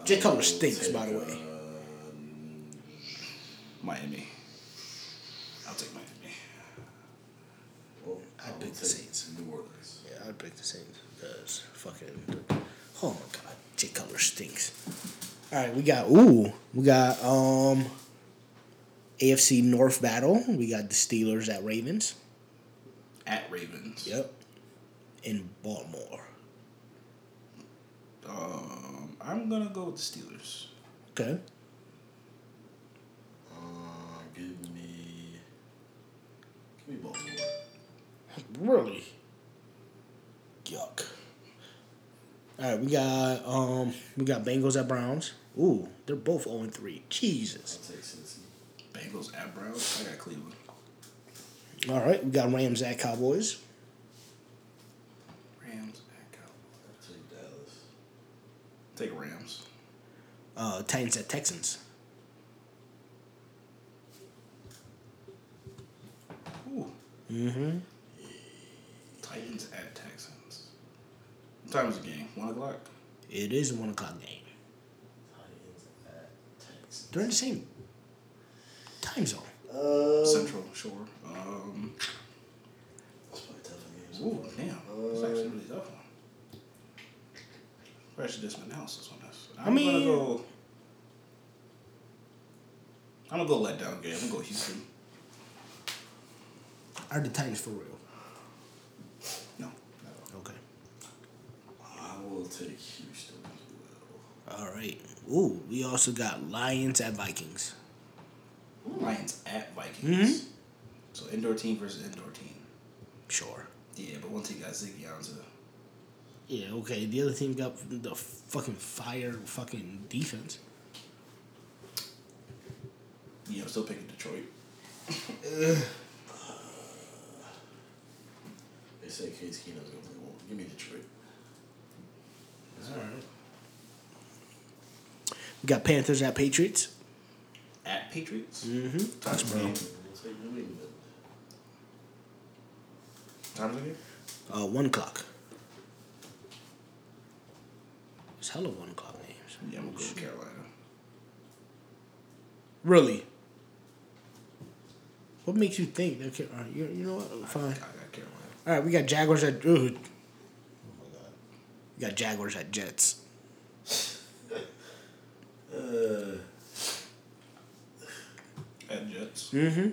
Speaker 2: J. Cole stinks, by the way.
Speaker 3: Miami. I'll take Miami.
Speaker 5: Well,
Speaker 2: I
Speaker 5: will
Speaker 2: picked the
Speaker 5: Oh, take
Speaker 2: Saints.
Speaker 5: New Orleans.
Speaker 2: uh, Yeah, I'd pick the Saints because fucking. Oh my god, J. Cutler stinks. All right, we got ooh, we got um, AFC North battle. We got the Steelers at Ravens.
Speaker 3: At Ravens.
Speaker 2: Yep. In Baltimore.
Speaker 3: Um, I'm gonna go with the Steelers.
Speaker 2: Okay.
Speaker 5: Uh, give me. Give me Baltimore.
Speaker 2: Really. Yuck. All right, we got um, we got Bengals at Browns. Ooh, they're both zero and three. Jesus.
Speaker 5: I'll take Cincy.
Speaker 3: Bengals at Browns. I got Cleveland.
Speaker 2: All right, we got Rams at Cowboys.
Speaker 3: Rams at Cowboys.
Speaker 5: I'll take Dallas.
Speaker 3: Take Rams.
Speaker 2: Uh, Titans at Texans.
Speaker 3: Ooh.
Speaker 2: Mm-hmm.
Speaker 3: Titans at Texans. What time is the game? One o'clock.
Speaker 2: It is a one o'clock game.
Speaker 5: Titans at Texans.
Speaker 2: They're in the same time zone. Uh.
Speaker 5: Um,
Speaker 3: Central Shore. Um.
Speaker 5: That's probably tough games.
Speaker 3: Ooh, damn. That's actually a really tough one. Where should this analysis on this? I'm
Speaker 2: mean-
Speaker 3: gonna go. I'm gonna go let down game. I'm gonna go Houston.
Speaker 2: Are the Titans for real?
Speaker 3: No.
Speaker 2: Okay.
Speaker 5: I will take Houston as well.
Speaker 2: All right. Ooh, we also got Lions at Vikings.
Speaker 3: Lions at Vikings.
Speaker 2: Mm-hmm.
Speaker 3: So indoor team versus indoor team.
Speaker 2: Sure.
Speaker 3: Yeah, but one team got Ziggy Ansah.
Speaker 2: Yeah. Okay. The other team got the fucking fire fucking defense.
Speaker 3: Yeah, I'm still picking Detroit.
Speaker 5: They say Case Keenum's gonna play one. Give me Detroit.
Speaker 3: All right.
Speaker 2: We got Panthers at Patriots.
Speaker 3: At Patriots.
Speaker 2: Mm-hmm.
Speaker 3: Times of the game.
Speaker 5: We'll take New England.
Speaker 3: Times of the game.
Speaker 2: Uh, one o'clock. It's hella one o'clock games.
Speaker 3: Yeah, I'm gonna go with Carolina.
Speaker 2: Really. What makes you think? Okay, all right, you, you know what?
Speaker 3: I
Speaker 2: Fine.
Speaker 3: got Carolina.
Speaker 2: All right, we got Jaguars at. Dude,
Speaker 5: Oh my god.
Speaker 2: we got Jaguars at Jets.
Speaker 5: Uh,
Speaker 3: At Jets.
Speaker 2: Mm-hmm.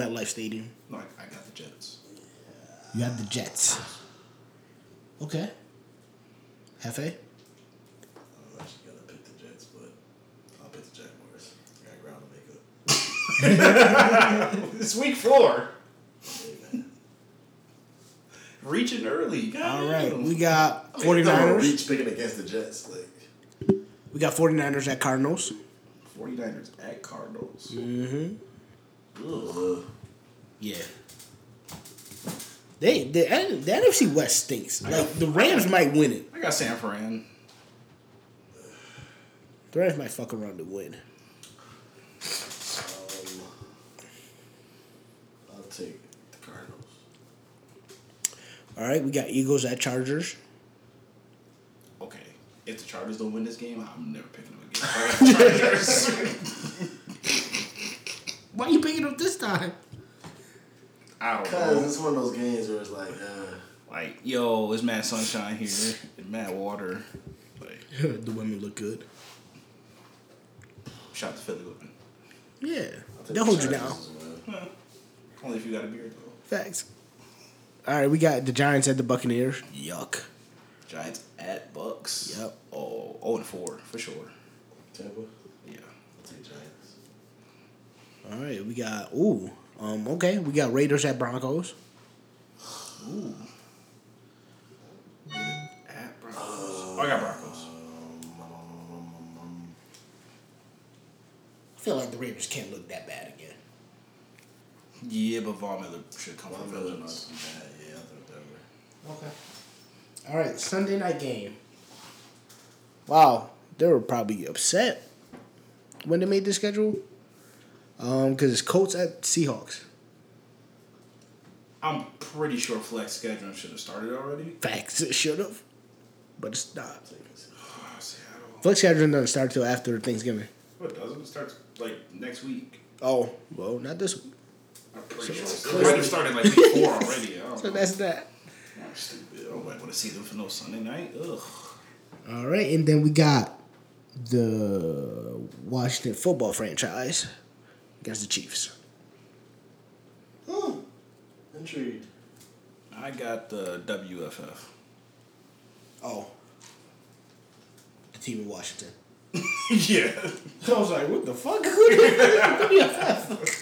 Speaker 2: MetLife Stadium.
Speaker 3: No, I, I got the Jets.
Speaker 2: You have the Jets. Okay. Hefe?
Speaker 5: I'm actually gonna pick the Jets, but I'll pick the Jaguars. I got ground to make up.
Speaker 3: It's week four.
Speaker 5: Hey, man.
Speaker 3: Reaching early.
Speaker 2: All
Speaker 3: goddamn.
Speaker 2: right, we got
Speaker 5: I'm gonna
Speaker 2: 49ers.
Speaker 5: reach picking against the Jets. Like,
Speaker 2: We got 49ers at Cardinals.
Speaker 3: 49ers at Cardinals.
Speaker 2: Mm-hmm.
Speaker 5: ugh.
Speaker 2: Yeah. They, the, the NFC West stinks. Like, the Rams might win it.
Speaker 3: I got San Fran.
Speaker 2: The Rams might fuck around to win.
Speaker 5: Um, I'll take the Cardinals.
Speaker 2: All right, we got Eagles at Chargers.
Speaker 3: Okay. If the Chargers don't win this game, I'm never picking them again. I got the Chargers.
Speaker 2: Why you picking up this time?
Speaker 3: I don't
Speaker 5: Cause
Speaker 3: know.
Speaker 5: it's one of those games where it's like, uh,
Speaker 3: Like, yo, it's mad sunshine here. It's mad water. Like,
Speaker 2: the women look good.
Speaker 3: shout out to Philly Whipping.
Speaker 2: Yeah,
Speaker 5: I'll take
Speaker 2: they'll
Speaker 5: the
Speaker 2: hold you
Speaker 5: Chargers
Speaker 2: down.
Speaker 5: as well.
Speaker 3: Only if you got a beard, though.
Speaker 2: Facts. All right, we got the Giants at the Buccaneers. Yuck.
Speaker 3: Giants at Bucks.
Speaker 2: Yep.
Speaker 3: Oh, oh and four for sure.
Speaker 5: Tampa.
Speaker 3: Yeah.
Speaker 5: I'll take Giants.
Speaker 2: All right, we got ooh. Um, okay, we got Raiders at Broncos.
Speaker 3: Ooh. At Broncos. Oh, I got Broncos.
Speaker 2: I feel like the Raiders can't look that bad again.
Speaker 3: Yeah, but Von Miller should come
Speaker 5: Von
Speaker 3: from
Speaker 5: Miller's
Speaker 3: Villanova.
Speaker 5: not too bad. Yeah, I thought Denver.
Speaker 2: Okay. All right, Sunday night game. Wow, they were probably upset when they made the schedule. Um, because it's Colts at Seahawks.
Speaker 3: I'm pretty sure Flex scheduling should have started already.
Speaker 2: Facts, it should have, but it's not.
Speaker 3: Oh, Seattle.
Speaker 2: Flex scheduling doesn't start till after Thanksgiving.
Speaker 3: What doesn't it start like next week?
Speaker 2: Oh, well, not this week.
Speaker 3: I'm pretty sure. It might have started like week four already. I don't
Speaker 2: So
Speaker 3: know.
Speaker 2: that's that.
Speaker 3: I'm stupid. I don't want to see them for no Sunday night. Ugh.
Speaker 2: All right, and then we got the Washington football franchise against the Chiefs.
Speaker 5: Hmm. Intrigued.
Speaker 3: I got the WFF.
Speaker 2: Oh, the team in Washington.
Speaker 3: yeah.
Speaker 2: I was like, what the fuck?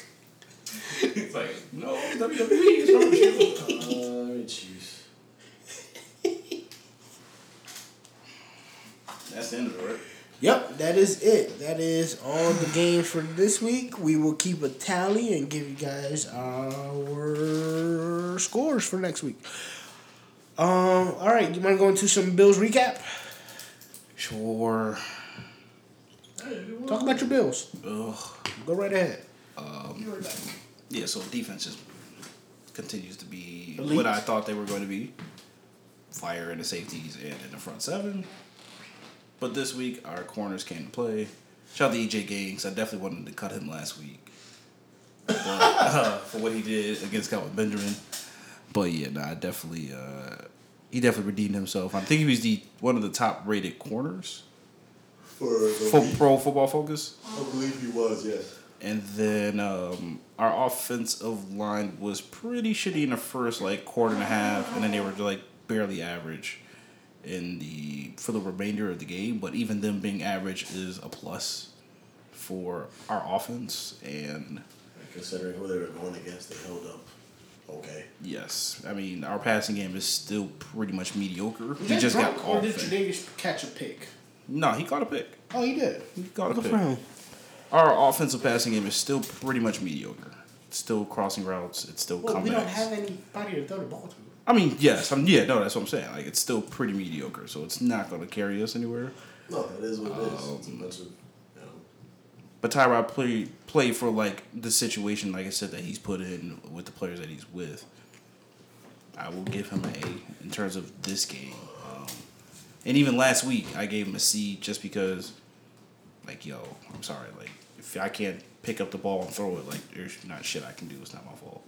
Speaker 3: It's like, no, WWE is wrong with you.
Speaker 5: Uh, let me choose.
Speaker 3: That's the end of it, right?
Speaker 2: yep, that is it. That is all the games for this week. We will keep a tally and give you guys our scores for next week. Um, all right, you want to go into some Bills recap?
Speaker 3: Sure.
Speaker 2: Talk about your Bills.
Speaker 3: Ugh.
Speaker 2: Go right ahead.
Speaker 3: Yeah, so defense just continues to be
Speaker 2: Elite.
Speaker 3: what I thought they were going to be. Fire in the safeties and in the front seven. But this week, our corners came to play. Shout out to EJ Gangs. I definitely wanted to cut him last week but, uh, for what he did against Calvin Benjamin. But yeah, nah, I definitely uh, he definitely redeemed himself. I think he was the one of the top rated corners
Speaker 5: For the
Speaker 3: for
Speaker 5: week.
Speaker 3: Pro Football Focus.
Speaker 5: I believe he was, yes.
Speaker 3: And then um, our offensive line was pretty shitty in the first like quarter and a half, and then they were like barely average in the for the remainder of the game. But even them being average is a plus for our offense. And
Speaker 5: Considering who they were going against, they held up. Okay.
Speaker 3: yes, I mean our passing game is still pretty much mediocre. We just got
Speaker 2: or
Speaker 3: off.
Speaker 2: did Jadavius catch a pick?
Speaker 3: No, he caught a pick.
Speaker 2: Oh, he did.
Speaker 3: He got a
Speaker 2: Good
Speaker 3: pick.
Speaker 2: for him.
Speaker 3: Our offensive passing game is still pretty much mediocre. It's still crossing routes. It's still
Speaker 2: Well,
Speaker 3: comebacks.
Speaker 2: we don't have anybody to throw the ball to.
Speaker 3: I mean, yes, I'm. Yeah, no, that's what I'm saying. Like, it's still pretty mediocre, so it's not going to carry us anywhere.
Speaker 5: No, it is what it is. It's a bunch of, you know,
Speaker 3: But Tyrod play play for like the situation, like I said, that he's put in with the players that he's with. I will give him an A in terms of this game, um, and even last week I gave him a C just because, like, yo, I'm sorry, like if I can't pick up the ball and throw it, like there's not shit I can do. It's not my fault.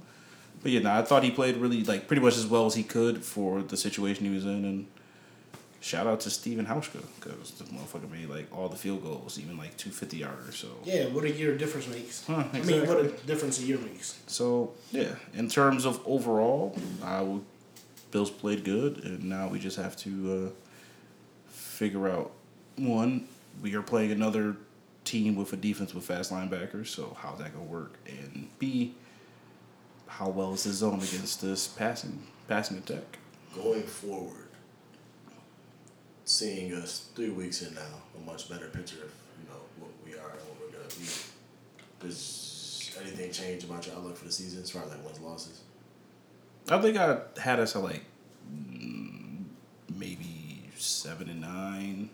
Speaker 3: But yeah, nah, I thought he played really like pretty much as well as he could for the situation he was in, and shout out to Steven Hauschka because the motherfucker made like all the field goals, even like two fifty yarders. So
Speaker 2: Yeah, what a year difference makes.
Speaker 3: Huh,
Speaker 2: I mean, what a
Speaker 3: exactly.
Speaker 2: difference a year makes.
Speaker 3: So yeah, in terms of overall, I would, Bills played good, and now we just have to uh, figure out one. We are playing another team with a defense with fast linebackers, so how's that gonna work? And B, how well is the zone against this passing passing attack?
Speaker 5: going forward, seeing us three weeks in now, a much better picture of, you know, what we are and what we're going to be. Does anything change about your outlook for the season as far as like wins losses?
Speaker 3: I think I had us at like mm, maybe seven and nine.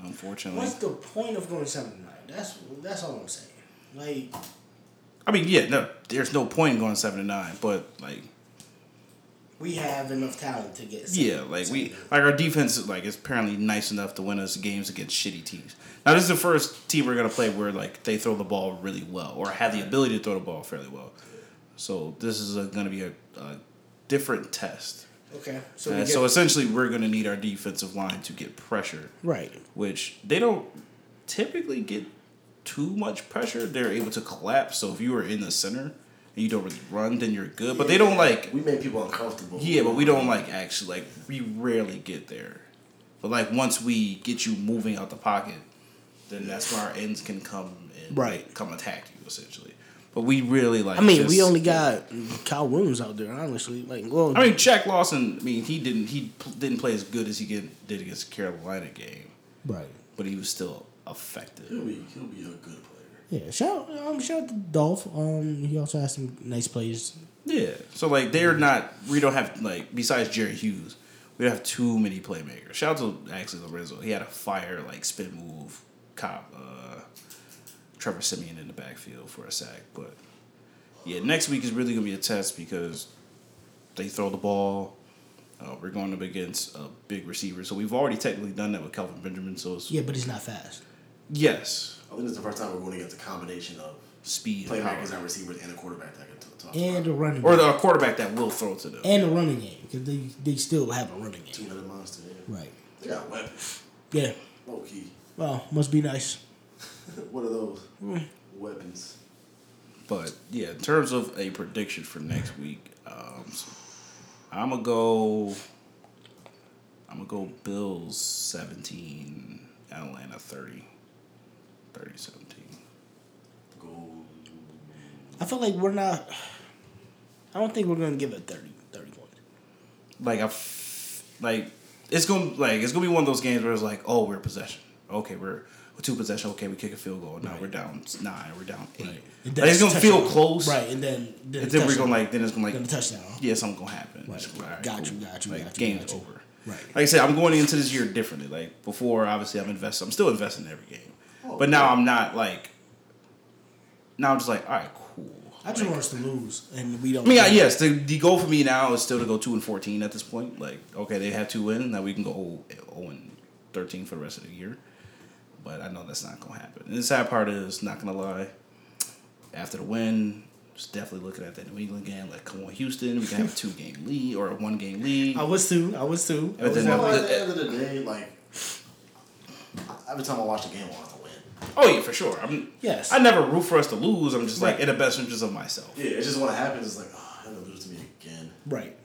Speaker 3: Unfortunately,
Speaker 2: What's the point of going seven to nine? That's that's all I'm saying. Like,
Speaker 3: I mean, yeah, no, there's no point in going seven to nine, but like,
Speaker 2: we have enough talent to get. Seven
Speaker 3: yeah, like we, like our defense, is like is apparently nice enough to win us games against shitty teams. Now this is the first team we're gonna play where like they throw the ball really well or have the ability to throw the ball fairly well. So this is a, gonna be a, a different test.
Speaker 2: Okay, Uh, so
Speaker 3: So,
Speaker 2: we get,
Speaker 3: so essentially, we're gonna need our defensive line to get pressure,
Speaker 2: right.
Speaker 3: which they don't typically get too much pressure. They're able to collapse. So if you were in the center, and you don't really run, then you're good. But they don't like
Speaker 5: We make people uncomfortable.
Speaker 3: yeah, but we don't like actually like we rarely get there. But like once we get you moving out the pocket, then that's where our ends can come and
Speaker 2: Right.
Speaker 3: come attack you essentially. But we really like.
Speaker 2: I mean, we
Speaker 3: just-
Speaker 2: only got Kyle Williams out there, honestly. Like, well,
Speaker 3: I mean, Jack Lawson. I mean, he didn't. He pl- didn't play as good as he get, did against the Carolina game,
Speaker 2: right.
Speaker 3: but he was still effective.
Speaker 5: He'll be, he'll be a good player.
Speaker 2: Yeah, shout um, shout out to Dolph. Um, he also has some nice plays.
Speaker 3: Yeah. So like they're not we don't have like besides Jerry Hughes, we don't have too many playmakers. Shout out to actually Lorenzo. He had a fire like spin move cop uh Trevor Simeon in the backfield for a sack. But yeah, next week is really gonna be a test because they throw the ball. Uh, we're going up against a big receiver, so we've already technically done that with Calvin Benjamin. So it's,
Speaker 2: Yeah, but he's not fast.
Speaker 3: yes,
Speaker 5: I think this is the first time we're going against a combination of
Speaker 3: speed, and power.
Speaker 5: playmakers and receivers and a quarterback that can t- talk.
Speaker 2: And a running
Speaker 3: or
Speaker 2: game.
Speaker 3: the quarterback that will throw to them.
Speaker 2: and a running game because they they still have a running game.
Speaker 5: Another monster. Yeah.
Speaker 2: Right.
Speaker 5: They got weapons.
Speaker 2: Yeah.
Speaker 5: Low key.
Speaker 2: Well, must be nice.
Speaker 5: What are those weapons?
Speaker 3: But yeah, in terms of a prediction for next week, um, I'm gonna go. I'm gonna go Bills 17, Atlanta 30. 30 17.
Speaker 5: Gold.
Speaker 2: I feel like we're not. I don't think we're gonna give it 30, 30 points.
Speaker 3: Like I, f- like it's gonna like it's gonna be one of those games where it's like, oh, we're in possession. Okay, we're two possession. Okay, we kick a field goal. Now we're down nine. We're down eight.
Speaker 2: And
Speaker 3: Like, it's gonna
Speaker 2: touchdown.
Speaker 3: feel close.
Speaker 2: Right, and then then,
Speaker 3: And then we're
Speaker 2: touchdown.
Speaker 3: gonna like then it's gonna like
Speaker 2: Then the touchdown.
Speaker 3: yeah, something gonna happen.
Speaker 2: Right.
Speaker 3: It's like, all
Speaker 2: Got you, got you,
Speaker 3: Like,
Speaker 2: got you,
Speaker 3: Game's
Speaker 2: got you.
Speaker 3: over.
Speaker 2: Right.
Speaker 3: Like I said, I'm going into this year differently. Like before, obviously, I'm invested. I'm still invested in every game, but now I'm not like. Now I'm just like, all right, cool.
Speaker 2: I just
Speaker 3: Like,
Speaker 2: want us to lose, and we don't.
Speaker 3: I mean, I, yes, the, the goal for me now is still to go two and fourteen at this point. Like, okay, they have two wins. Now we can go 0 0 and thirteen for the rest of the year. But I know that's not gonna happen. And the sad part is, not gonna lie, after the win, just definitely looking at that New England game. Like, come on, Houston, we can have a two game lead or a one game lead.
Speaker 2: I was too. I was too.
Speaker 3: But then
Speaker 5: Well,
Speaker 3: that-
Speaker 5: at the end of the day, like I- every time I watch the game, I want to win.
Speaker 3: oh yeah, for sure. I'm.
Speaker 2: Yes.
Speaker 3: I never root for us to lose. I'm just like in the best interest of myself.
Speaker 5: Yeah, it's just when it happens, it's like, oh, I'm gonna lose to me again.
Speaker 2: Right.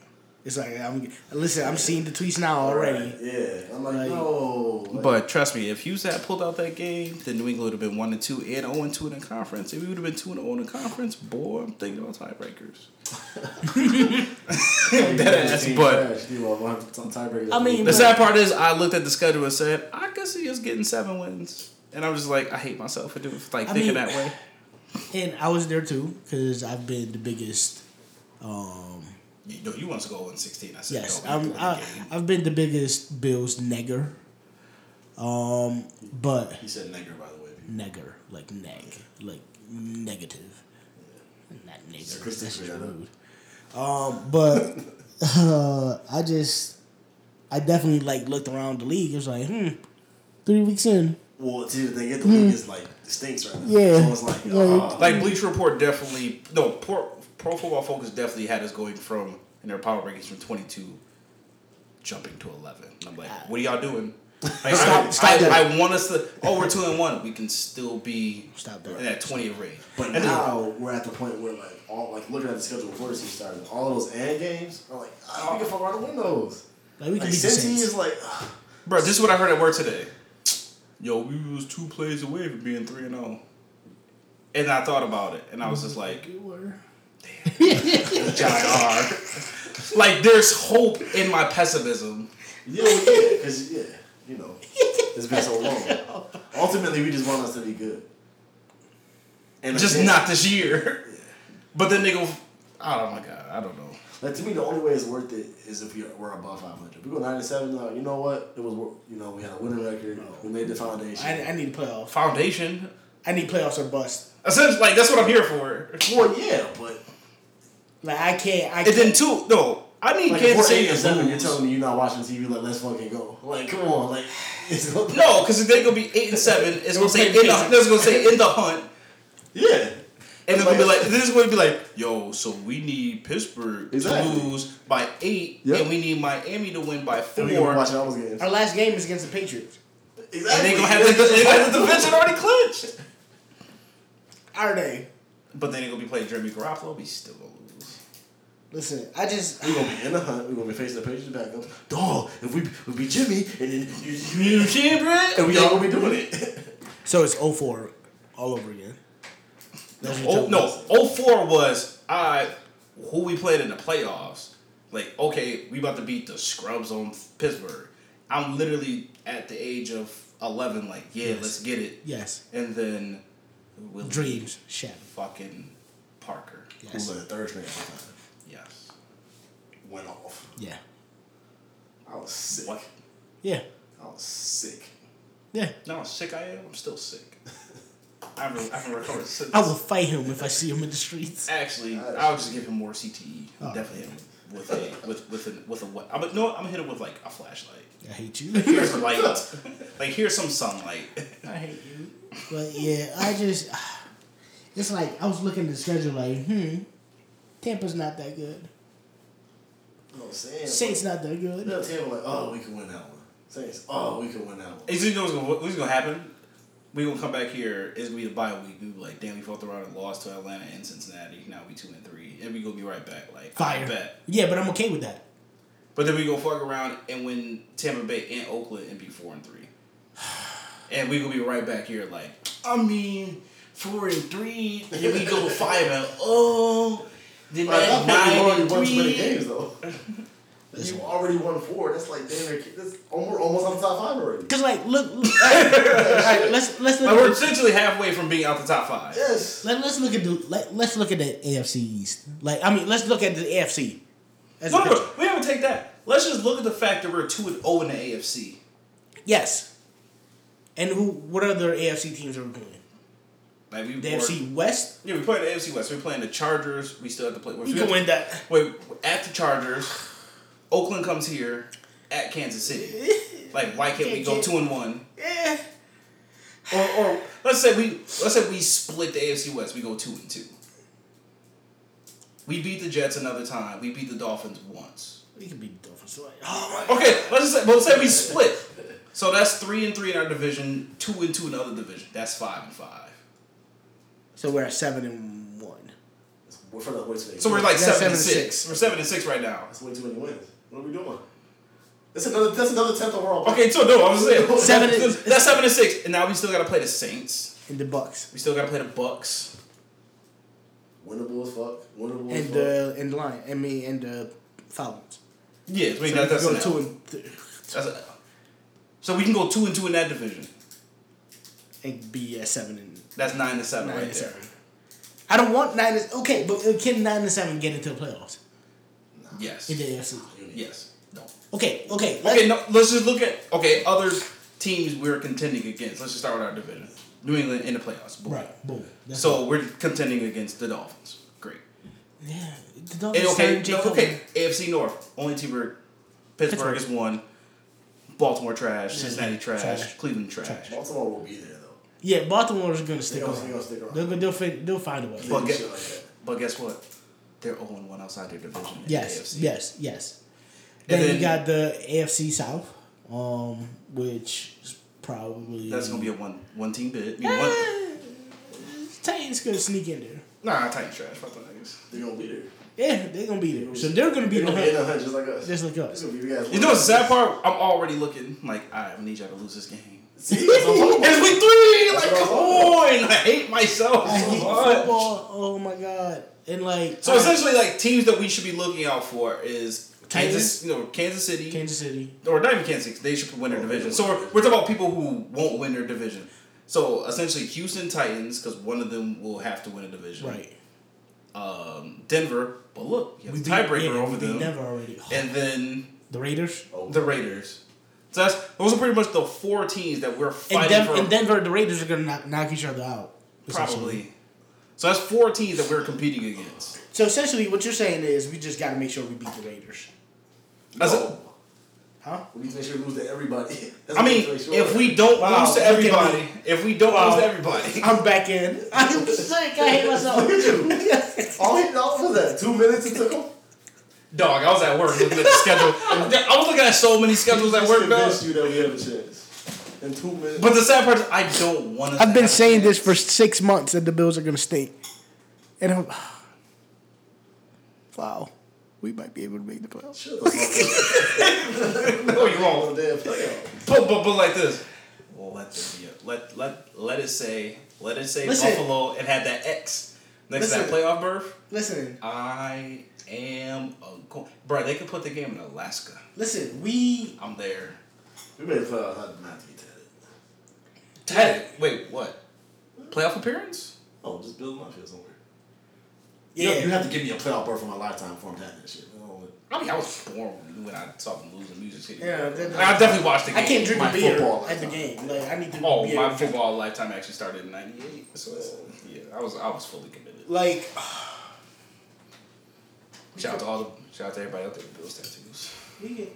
Speaker 2: It's like I'm. Listen, I'm seeing the tweets now already.
Speaker 5: Yeah, I'm like,
Speaker 2: Like-
Speaker 5: no. Like,
Speaker 3: But trust me, if Houston had pulled out that game, then New England would have been one and two and zero and two in the conference. If we would have been two and zero in the conference, boy, I'm thinking about tiebreakers.
Speaker 5: that
Speaker 3: ass butt.
Speaker 2: I mean,
Speaker 3: The sad part is, I looked at the schedule and said, I could see us getting seven wins, and I'm just like, I hate myself for doing like
Speaker 2: I
Speaker 3: thinking
Speaker 2: mean-
Speaker 3: that way.
Speaker 2: And I was there too because I've been the biggest. Um,
Speaker 3: No, you want to go in sixteen? I said,
Speaker 2: yes, I'm. I, I've been the biggest Bills negger. Um, but
Speaker 5: he said nigger, by the way. people.
Speaker 2: negger like neg like negative, not
Speaker 5: So
Speaker 2: nigger.
Speaker 5: Chris
Speaker 2: That's
Speaker 5: did
Speaker 2: just
Speaker 5: that.
Speaker 2: rude. Um, but uh, I just, I definitely like looked around the league. It was like, hmm, three weeks in,
Speaker 5: Well, see, the thing is, the league is like it stinks right now.
Speaker 2: Yeah.
Speaker 5: So it's like,
Speaker 2: Like-
Speaker 5: oh,
Speaker 2: Um,
Speaker 3: Like Bleach Report definitely no Pro, Pro Football Focus definitely had us going from in their power rankings from twenty two, jumping to eleven. And I'm like, what are y'all doing? Like, I,
Speaker 2: Uh, Stop- stop
Speaker 3: I-
Speaker 2: that.
Speaker 3: I want us to. Oh, we're two and one. We can still be
Speaker 2: Stop that.
Speaker 3: in that twenty range.
Speaker 5: but now we're at the point where like all like looking at the schedule before the season started, all those end games are like, oh, we can fuck around and win those.
Speaker 2: like we can
Speaker 5: Like
Speaker 2: beat the
Speaker 5: Cincy
Speaker 2: Saints.
Speaker 5: is like, "Ah, ugh.
Speaker 3: Bro, this is what I heard at work today. Yo, we was two plays away from being three and zero. And I thought about it, and I was just like, "Damn, JR." like, there's hope in my pessimism.
Speaker 5: yeah, we did, cause yeah, you know, it's been so long. Ultimately, we just want us to be good. And
Speaker 3: just
Speaker 5: again,
Speaker 3: not this year. But then they go, oh my god, I don't know.
Speaker 5: Like to me, the only way it's worth it is if we are, we're above five hundred. We go nine and seven. Like, you know what? It was wor- you know we had a winning record. We laid the foundation.
Speaker 2: I, I need playoffs.
Speaker 3: Foundation.
Speaker 2: I need playoffs or bust.
Speaker 3: Essentially, like that's what I'm here for.
Speaker 5: well, yeah, but
Speaker 2: Like I can't. I
Speaker 3: And
Speaker 2: can't.
Speaker 3: then two, no, I need
Speaker 5: like
Speaker 3: Kansas
Speaker 5: if we're
Speaker 3: City
Speaker 5: eight and
Speaker 3: to
Speaker 5: seven, you're
Speaker 3: lose.
Speaker 5: telling me you're not watching TV. Like let's fucking go. Like come on, like it's
Speaker 3: no, because they're gonna be eight and seven. It's gonna say in the. It's gonna say in the hunt.
Speaker 5: yeah.
Speaker 3: And it's gonna be like this is gonna be like, yo, so we need Pittsburgh
Speaker 5: Exactly.
Speaker 3: to lose by eight,
Speaker 5: Yep.
Speaker 3: and we need Miami to win by four.
Speaker 5: And
Speaker 3: And they're
Speaker 5: we gonna
Speaker 3: gonna
Speaker 5: watch all those games.
Speaker 2: Our last game is against the Patriots.
Speaker 5: Exactly.
Speaker 3: have the, they gonna have the division already clinched.
Speaker 2: Are they?
Speaker 3: But then they're gonna be playing Jeremy Garoppolo. We still gonna lose.
Speaker 2: Listen, I just
Speaker 5: We're gonna be in the hunt. We're gonna be facing the Patriots backups. Dog, if we we beat Jimmy, and then you, you, you can't, Brad, and we all gonna be doing it.
Speaker 2: so it's 04 all over again. That's what you're
Speaker 3: Oh
Speaker 2: talking
Speaker 3: no,
Speaker 2: about.
Speaker 3: 04 was I who we played in the playoffs. Like okay, we about to beat the scrubs on Pittsburgh. I'm literally at the age of 11. Like yeah, let's get it.
Speaker 2: Yes.
Speaker 3: And then we'll beat
Speaker 2: Dreams shattered.
Speaker 3: Fucking Parker.
Speaker 2: Yes.
Speaker 5: Who's like the third string at the time?
Speaker 3: Yes.
Speaker 5: Went off.
Speaker 2: Yeah.
Speaker 5: I was sick.
Speaker 3: What?
Speaker 2: Yeah.
Speaker 5: I was sick.
Speaker 2: Yeah.
Speaker 3: No, sick I am. I'm still sick. I haven't, I haven't recovered since.
Speaker 2: I will fight him if I see him in the streets.
Speaker 3: Actually,
Speaker 5: Alright.
Speaker 3: I'll just give him more CTE.
Speaker 2: Oh.
Speaker 3: Definitely hit him with a with with a with a what? I'm no, I'm gonna hit him with like a flashlight.
Speaker 2: I hate you.
Speaker 3: Here's light. like here's some sunlight.
Speaker 2: I hate you. But yeah, I just it's like I was looking at the schedule like, hmm, Tampa's not that good.
Speaker 5: You know what I'm saying?
Speaker 2: Saints not that
Speaker 5: You know,
Speaker 2: good.
Speaker 5: Tampa like, oh, we can win that one. Saints, oh, we can win that one.
Speaker 3: Is you know what's gonna what's gonna happen? We gonna come back here. It's gonna be the bye week. We be like, damn, we fought the round and lost to Atlanta and Cincinnati. Now we two and three, and we gonna be right back. Like I
Speaker 2: Fire.
Speaker 3: bet.
Speaker 2: Yeah, but I'm okay with that.
Speaker 3: But then we go fuck around and win Tampa Bay and Oakland and be four and three. And we gonna be right back here like, I mean, four and three, then we go five and oh then
Speaker 5: Like,
Speaker 3: that
Speaker 5: that point, you
Speaker 3: nine
Speaker 5: already
Speaker 3: and
Speaker 5: won too many
Speaker 3: three.
Speaker 5: games though. you already won four. That's like damn near. That's almost almost on the top five already.
Speaker 2: Cause like look, look alright, alright, let's let's
Speaker 3: Like, we're
Speaker 2: look at the,
Speaker 3: essentially halfway from being out the top five.
Speaker 5: Yes.
Speaker 2: let, let's look at the let, let's look at the AFC East. Like I mean let's look at the AFC. As a
Speaker 3: No, no,
Speaker 2: picture.
Speaker 3: no, we haven't take that. Let's just look at the fact that we're two and zero in the AFC.
Speaker 2: Yes. And who what other AFC teams are we playing?
Speaker 3: Like we
Speaker 2: The
Speaker 3: were-
Speaker 2: AFC West?
Speaker 3: Yeah, we played the AFC West. We're playing the Chargers. We still have to play.
Speaker 2: We can win that.
Speaker 3: Wait, at the Chargers, Oakland comes here at Kansas City. Like, why can't we go two and one?
Speaker 2: Yeah.
Speaker 3: Or, or let's say we let's say we split the AFC West. We go two and two. We beat the Jets another time. We beat the Dolphins once.
Speaker 2: We can beat the Dolphins. Like, oh my
Speaker 3: Okay, let's just say, well, let's say we split. So that's three and three in our division, two and two in the other division. That's five and five.
Speaker 2: So we're at seven and one.
Speaker 5: We're for the way too many.
Speaker 3: So we're like
Speaker 2: That's
Speaker 3: seven,
Speaker 2: seven
Speaker 3: and
Speaker 2: and
Speaker 3: 6 six. We're seven and six right now.
Speaker 5: that's way too many wins. What are we doing? That's another. That's another tenth overall.
Speaker 3: Okay, so no, I was saying
Speaker 2: Seven and-
Speaker 3: That's, that's seven and six, and now we still gotta play the Saints.
Speaker 2: And the Bucks.
Speaker 3: We still gotta play the Bucks.
Speaker 5: Winnable as fuck. Winnable as
Speaker 2: And uh,
Speaker 5: fuck.
Speaker 2: the and the Lion. And me and the Falcons.
Speaker 3: Yeah, so we
Speaker 2: So
Speaker 3: that,
Speaker 2: we
Speaker 3: that's
Speaker 2: can
Speaker 3: an
Speaker 2: go two
Speaker 3: L.
Speaker 2: and th-
Speaker 3: That's an L. So we can go two and two in that division.
Speaker 2: and be at seven and
Speaker 3: That's nine and seven
Speaker 2: nine
Speaker 3: right
Speaker 2: and
Speaker 3: there.
Speaker 2: seven. I don't want nine and okay, but uh, can nine and seven get into the playoffs
Speaker 3: Yes.
Speaker 2: in the AFC?
Speaker 3: Yes. No.
Speaker 2: Okay, okay, let's-
Speaker 3: Okay, no, let's just look at okay other teams we're contending against. Let's just start with our division. New England in the playoffs. Boom.
Speaker 2: right, boom. That's
Speaker 3: So we're contending against the Dolphins. Great.
Speaker 2: yeah, the
Speaker 3: And
Speaker 2: Dolphins
Speaker 3: okay,
Speaker 2: signed J.
Speaker 3: no,
Speaker 2: Cole.
Speaker 3: okay. AFC North only team we're Pittsburgh is one. Baltimore trash, Cincinnate trash,
Speaker 2: Trash.
Speaker 3: Cleveland trash.
Speaker 5: Baltimore will be there though.
Speaker 2: Yeah, Baltimore's gonna stick
Speaker 5: gonna-
Speaker 2: around.
Speaker 5: they gonna stick around.
Speaker 2: They'll, go- they'll, fin- they'll find a way.
Speaker 3: Well,
Speaker 5: Shit
Speaker 3: get-
Speaker 5: like that.
Speaker 3: But guess what? They're 0 1 outside their division. in the
Speaker 2: Yes,
Speaker 3: AFC.
Speaker 2: yes, yes.
Speaker 3: And
Speaker 2: Then,
Speaker 3: then-
Speaker 2: you got the AFC South, um, which is probably Eh,
Speaker 3: That's going to be a one one team bid. I mean, one,
Speaker 2: Titans could sneak in there.
Speaker 3: nah, Titans trash. Fuck the niggas.
Speaker 5: They're gonna be there.
Speaker 2: Yeah, they're gonna be there. So they're gonna be
Speaker 5: They're
Speaker 2: the
Speaker 5: gonna be in
Speaker 2: hunt.
Speaker 5: the hunt just like us.
Speaker 2: Just like us.
Speaker 5: It's gonna be guys.
Speaker 3: You know what's the sad part? I'm already looking like, all right, I need y'all to lose this game.
Speaker 5: See, that's what I'm talking about.
Speaker 3: It's week three! Like,
Speaker 5: That's
Speaker 3: come
Speaker 5: what
Speaker 3: on! I hate myself.
Speaker 2: I hate
Speaker 3: so much.
Speaker 2: football. Oh my god! And like
Speaker 3: So
Speaker 2: I-
Speaker 3: essentially, like teams that we should be looking out for is Kansas,
Speaker 2: Titans?
Speaker 3: you know, Kansas City,
Speaker 2: Kansas Oh, City.
Speaker 3: or not even Kansas City. They should win their division. So we're, we're talking about people who won't win their division. So essentially, Houston Titans, because one of them will have to win a division.
Speaker 2: Right.
Speaker 3: Um, Denver, but look, you have
Speaker 2: We
Speaker 3: a
Speaker 2: beat-
Speaker 3: tiebreaker
Speaker 2: yeah,
Speaker 3: over
Speaker 2: we beat
Speaker 3: them,
Speaker 2: Denver already.
Speaker 3: and then
Speaker 2: the Raiders.
Speaker 3: the Raiders. So that's those are pretty much the four teams that we're
Speaker 2: And,
Speaker 3: fighting
Speaker 2: Denver,
Speaker 3: for.
Speaker 2: and Denver, the Raiders are gonna knock, knock each other out. essentially.
Speaker 3: probably. So that's four teams that we're competing against.
Speaker 2: So essentially, what you're saying is we just got to make sure we beat the Raiders,
Speaker 3: That's it.
Speaker 5: No.
Speaker 2: huh?
Speaker 5: Oh, We need to make sure we lose to everybody. That's
Speaker 3: I
Speaker 5: what we
Speaker 3: mean,
Speaker 5: need to make sure.
Speaker 3: if we don't
Speaker 2: Wow,
Speaker 3: lose to
Speaker 2: look at me.
Speaker 3: everybody, if we don't
Speaker 2: Wow.
Speaker 3: lose to everybody,
Speaker 2: I'm back in. I'm sick. I hate myself.
Speaker 5: all he all for that two minutes it took him.
Speaker 3: dog, I was at work looking at the schedule. I was looking at so many schedules at
Speaker 5: Just
Speaker 3: work, dog.
Speaker 5: convinced you that we have a chance in two minutes.
Speaker 3: But the sad part is, I don't want to.
Speaker 2: I've been saying this for six months that the Bills are gonna stink. And I'm, wow, we might be able to make the playoffs.
Speaker 5: Shut the fuck
Speaker 3: No, you
Speaker 5: up.
Speaker 3: won't.
Speaker 5: One damn playoff.
Speaker 3: But, but, but like this. Let there be a, let let let it say let it say
Speaker 2: Listen.
Speaker 3: Buffalo and had that X next to that
Speaker 2: Listen.
Speaker 3: playoff berth.
Speaker 2: Listen,
Speaker 3: I am a go- bro. They could put the game in Alaska.
Speaker 2: listen, we
Speaker 3: I'm there.
Speaker 5: We made the playoffs. I'd not to be tatted.
Speaker 3: Ted, wait, what? Playoff appearance?
Speaker 5: Oh, just build my field somewhere. You,
Speaker 2: yeah.
Speaker 5: have, you have to give me a playoff berth for my lifetime before I'm tatted that shit. I don't-
Speaker 3: I mean, I was born when I saw them lose the Music City.
Speaker 2: Yeah, that-
Speaker 3: Like, I definitely watched the
Speaker 2: I
Speaker 3: game.
Speaker 2: can't drink
Speaker 5: my
Speaker 2: a beer
Speaker 5: football
Speaker 2: at the
Speaker 5: lifetime.
Speaker 2: game. Like I need to.
Speaker 3: Oh,
Speaker 2: be
Speaker 3: my
Speaker 2: able to drink-
Speaker 3: football lifetime actually started in '98. So it's- yeah, I was I was fully committed.
Speaker 2: Like
Speaker 3: Shout out to all the shout out to everybody out there with Bills tattoos.
Speaker 2: we get.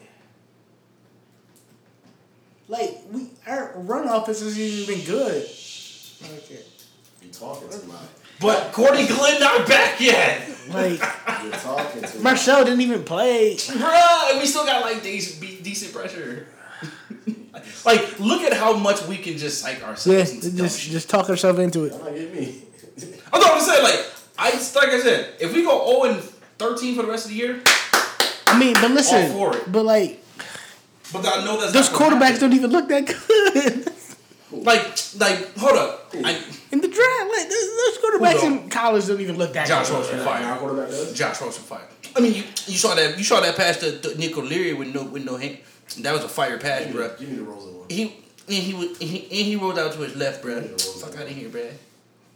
Speaker 2: Like we, our run offense has usually been good. Okay.
Speaker 5: You're talking to my.
Speaker 3: But Courtney Glenn not back yet,
Speaker 2: Like
Speaker 5: You're talking to my.
Speaker 2: Marcel didn't even play.
Speaker 3: Bruh, And we still got like decent be- decent pressure. like, look at how much we can just psych
Speaker 2: Yeah,
Speaker 3: ourselves. into dumb
Speaker 2: just
Speaker 3: shit.
Speaker 2: just talk yourself into it.
Speaker 5: Why not get me?
Speaker 3: I know what I'm saying. Like, I just- like I said, if we go 0 and 13 for the rest of the year,
Speaker 2: I mean, but listen,
Speaker 3: for it.
Speaker 2: but like
Speaker 3: but I know that's
Speaker 2: those
Speaker 3: not gonna
Speaker 2: quarterbacks
Speaker 3: happen.
Speaker 2: don't even look that good
Speaker 3: like like hold up. I,
Speaker 2: in the draft. Like those, those quarterbacks
Speaker 3: don't?
Speaker 2: in college don't even look that
Speaker 3: Josh
Speaker 2: good.
Speaker 3: Rosen
Speaker 5: Our
Speaker 3: fire.
Speaker 5: quarterback does.
Speaker 3: Josh Rosen fire. I mean, you, you saw that you saw that pass to, to Nick O'Leary with no with no hand. That was a fire pass,
Speaker 5: Give me,
Speaker 3: bruh.
Speaker 5: give me the Rosen one. Give
Speaker 3: He and he was and he, and he rolled out to his left, bruh.
Speaker 5: Rosen.
Speaker 3: Fuck out of here, bruh.
Speaker 5: me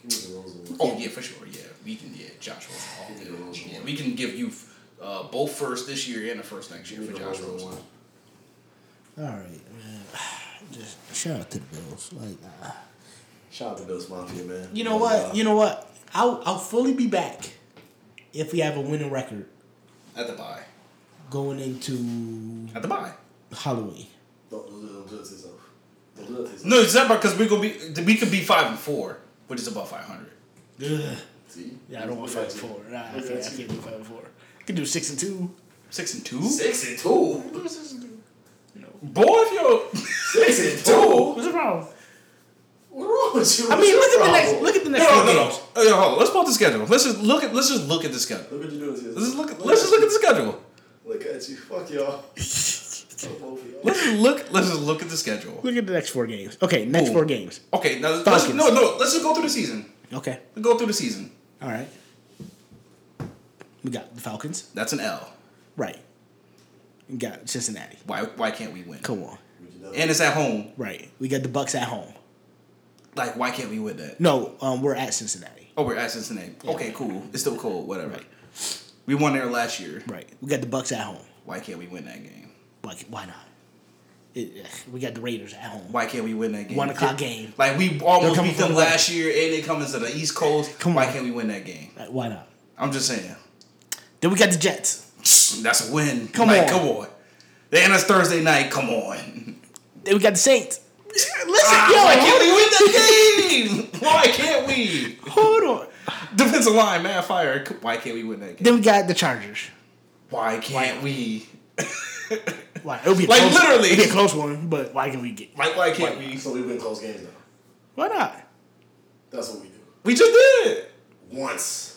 Speaker 5: the Rosen one.
Speaker 3: Oh yeah, for sure. Yeah, we can. Yeah, Josh Rosen. All
Speaker 5: Give me
Speaker 3: day.
Speaker 5: the Rosen
Speaker 3: Yeah,
Speaker 5: one.
Speaker 3: we can give you uh, both first this year and the first next year
Speaker 5: Give
Speaker 3: for
Speaker 5: me the
Speaker 3: Josh
Speaker 5: Rosen
Speaker 3: Rosen.
Speaker 5: one.
Speaker 2: All right, man. Just shout out to the Bills. Like. Uh,
Speaker 5: Shout out to Bills Mafia, man. uh,
Speaker 2: You know what? You know what? I'll I'll fully be back if we have a winning record
Speaker 3: At the bye.
Speaker 2: going into
Speaker 3: At the bye.
Speaker 2: Halloween.
Speaker 5: Don't don't do it to yourself. Don't do it to yourself.
Speaker 3: No, it's not because we gonna be we could be five and four, which is above five hundred.
Speaker 2: Yeah,
Speaker 5: See?
Speaker 2: I don't want to
Speaker 5: Look
Speaker 2: fight
Speaker 5: at you.
Speaker 2: four. Nah, I
Speaker 5: Look
Speaker 2: can't,
Speaker 5: at
Speaker 2: I can't
Speaker 5: you.
Speaker 2: do five and four. I can do six and two.
Speaker 3: Six and two.
Speaker 5: Six and two.
Speaker 3: Boy, if you're
Speaker 5: Six and two.
Speaker 2: What's wrong?
Speaker 5: What's wrong with you?
Speaker 2: I mean, look at the next. Look at the next.
Speaker 3: no, no,
Speaker 2: four
Speaker 3: no, no.
Speaker 2: games.
Speaker 3: Oh, yeah, hold on. Let's pull up the schedule. Let's just look at. Let's just look at the schedule.
Speaker 5: Look what you doing to yourself.
Speaker 3: Let's just look. At, let's just look at the schedule.
Speaker 5: Look at you. Fuck y'all. Fuck both of y'all.
Speaker 3: Let's just look. Let's just look at the schedule.
Speaker 2: Look at the next four games. Okay, next
Speaker 3: Boom.
Speaker 2: four games.
Speaker 3: Okay, now let's,
Speaker 2: Falcons.
Speaker 3: no, no. Let's just go through the season.
Speaker 2: Okay,
Speaker 3: Let's go through the season.
Speaker 2: all right. We got the Falcons,
Speaker 3: That's an L.
Speaker 2: right? We got Cincinnati.
Speaker 3: Why? Why can't we win?
Speaker 2: Come on,
Speaker 5: What you done?
Speaker 3: And it's at home.
Speaker 2: right? We got the Bucks at home.
Speaker 3: Like, why can't we win that?
Speaker 2: No, um, we're at Cincinnati.
Speaker 3: Oh, we're at Cincinnati. Okay, cool. It's still cold. Whatever. We won there last year.
Speaker 2: Right. We got the Bucks at home.
Speaker 3: Why can't we win that game?
Speaker 2: Like, why not? It, ugh, we got the Raiders at home.
Speaker 3: Why can't we win that game?
Speaker 2: One o'clock game.
Speaker 3: Like we
Speaker 2: They're
Speaker 3: almost
Speaker 2: coming
Speaker 3: beat
Speaker 2: from
Speaker 3: them
Speaker 2: the
Speaker 3: last year, and they coming to the East Coast.
Speaker 2: Come
Speaker 3: Why
Speaker 2: on.
Speaker 3: can't we win that game?
Speaker 2: Like, why not?
Speaker 3: I'm just saying.
Speaker 2: Then we got the Jets.
Speaker 3: That's a win.
Speaker 2: Come
Speaker 3: Like,
Speaker 2: on.
Speaker 3: come on. And it's Thursday night. Come on.
Speaker 2: Then we got the Saints. Listen,
Speaker 3: Ah,
Speaker 2: yo,
Speaker 3: why can't
Speaker 2: hold,
Speaker 3: we win that game? why can't we?
Speaker 2: hold on.
Speaker 3: Defensive line, man, fire. Why can't we win that game?
Speaker 2: Then we got the Chargers.
Speaker 3: Why can't we?
Speaker 2: Why? It'll be a
Speaker 3: Like,
Speaker 2: close,
Speaker 3: literally.
Speaker 2: it'll be a close one. But why can we get?
Speaker 3: Like, why can't we?
Speaker 5: So we win close games now.
Speaker 2: Why not?
Speaker 5: That's what we do.
Speaker 3: We just did.
Speaker 5: Once.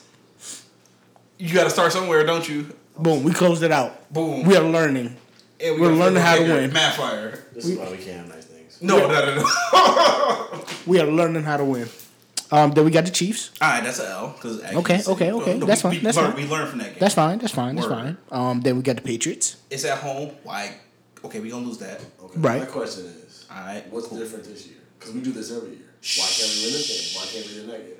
Speaker 3: You got to start somewhere, don't you?
Speaker 2: Boom. We closed it out.
Speaker 3: Boom.
Speaker 2: We are learning.
Speaker 3: And
Speaker 2: we're
Speaker 3: gonna
Speaker 2: learning how to
Speaker 3: figure-
Speaker 2: win.
Speaker 3: Matt fire.
Speaker 5: This is why we can't have nice things.
Speaker 3: No, no, no, no. All
Speaker 2: We are learning how to win. Um, then we got the Chiefs.
Speaker 3: right, that's an L. 'cause actually-
Speaker 2: Okay, okay, okay. That's
Speaker 3: uh, we,
Speaker 2: fine,
Speaker 3: We
Speaker 2: that's
Speaker 3: learned,
Speaker 2: fine.
Speaker 3: We learned from that game.
Speaker 2: That's fine. That's fine. That's
Speaker 3: Word.
Speaker 2: fine. Um, then we got the Patriots.
Speaker 3: it's at home. Why? Okay, we gonna lose that.
Speaker 5: Okay.
Speaker 2: Right.
Speaker 5: My question is,
Speaker 3: All right.
Speaker 5: what's different this year? Because we do this every year. Why can't we win this game? Why can't we win that game?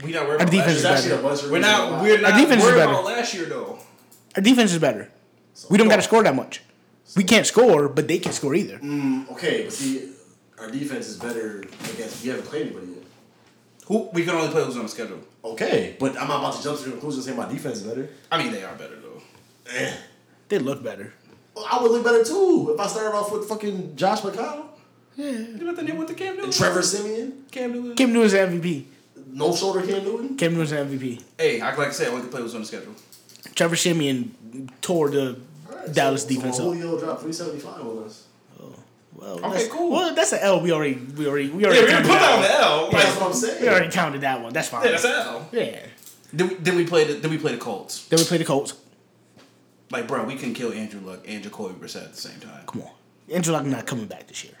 Speaker 3: We not
Speaker 2: Our
Speaker 3: worried about
Speaker 2: defense
Speaker 3: last
Speaker 5: There's
Speaker 2: is
Speaker 3: year.
Speaker 5: actually a bunch of
Speaker 3: We're
Speaker 5: reasons
Speaker 3: not.
Speaker 5: why.
Speaker 3: We're not
Speaker 2: defense is
Speaker 3: worried
Speaker 2: better.
Speaker 3: about last year though.
Speaker 2: Our defense is better. We don't got to score that much. We can't score, but they can't score either.
Speaker 5: Okay, but see, our defense is better against. We haven't played anybody yet.
Speaker 3: Who we can only play who's on the schedule.
Speaker 5: Okay, but I'm not about to jump to the conclusion saying my defense is better.
Speaker 3: I mean, they are better though.
Speaker 2: They look better.
Speaker 5: Well, I would look better too if I started off with fucking Josh McConnell
Speaker 3: You know what they did with the Cam Newton?
Speaker 5: and Trevor Simeon,
Speaker 3: Cam Newton.
Speaker 2: Cam Newton's the MVP.
Speaker 5: no shoulder Cam Newton.
Speaker 2: Cam Newton's the MVP.
Speaker 3: Hey, I like I said, only can play who's on the schedule.
Speaker 2: Trevor Simeon tore the
Speaker 5: Alright,
Speaker 2: Dallas
Speaker 5: so,
Speaker 2: defense
Speaker 5: So
Speaker 2: up.
Speaker 5: Julio dropped 375 on us.
Speaker 2: Well,
Speaker 3: Okay,
Speaker 2: Oh, that's-
Speaker 3: cool.
Speaker 2: Well, that's an L. We already, we already, we
Speaker 3: Yeah,
Speaker 2: already
Speaker 3: we
Speaker 2: counted
Speaker 3: put that on
Speaker 2: that.
Speaker 3: the L. Like,
Speaker 5: That's what I'm saying.
Speaker 2: One. We already counted that one. That's fine.
Speaker 3: yeah, that's an L.
Speaker 2: Yeah.
Speaker 3: Then we, then we play the then we play the Colts.
Speaker 2: Then we play the Colts.
Speaker 3: Like, bro, we can kill Andrew Luck and Jacoby Brissett at the same time.
Speaker 2: Come on, Andrew Luck not coming back this year.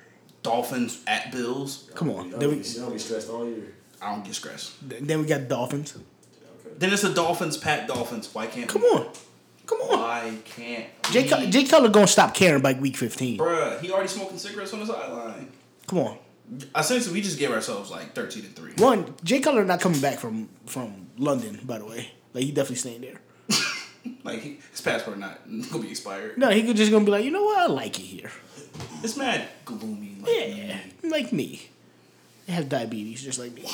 Speaker 3: Dolphins at Bills.
Speaker 2: Come on.
Speaker 5: Y'all
Speaker 2: Then
Speaker 5: be,
Speaker 2: we
Speaker 5: y'all be stressed all year.
Speaker 3: I don't get stressed.
Speaker 2: then we got Dolphins.
Speaker 5: Okay.
Speaker 3: Then it's the Dolphins, Pat Dolphins. Why can't
Speaker 2: Come
Speaker 3: we-
Speaker 2: on, come on.
Speaker 3: Why can't
Speaker 2: Jay
Speaker 3: we-
Speaker 2: Cutler, Jay Cutler gonna stop caring by week fifteen.
Speaker 3: Bruh, he already smoking cigarettes on the sideline.
Speaker 2: Come on.
Speaker 3: Essentially, we just gave ourselves like thirteen and three.
Speaker 2: One, Jay Cutler not coming back from from London. By the way, like he definitely staying there.
Speaker 3: Like he- his passport not gonna be expired.
Speaker 2: No, he could just gonna be like, you know what, I like it here.
Speaker 3: It's mad gloomy. Like,
Speaker 2: Yeah, like me. They have diabetes just like me.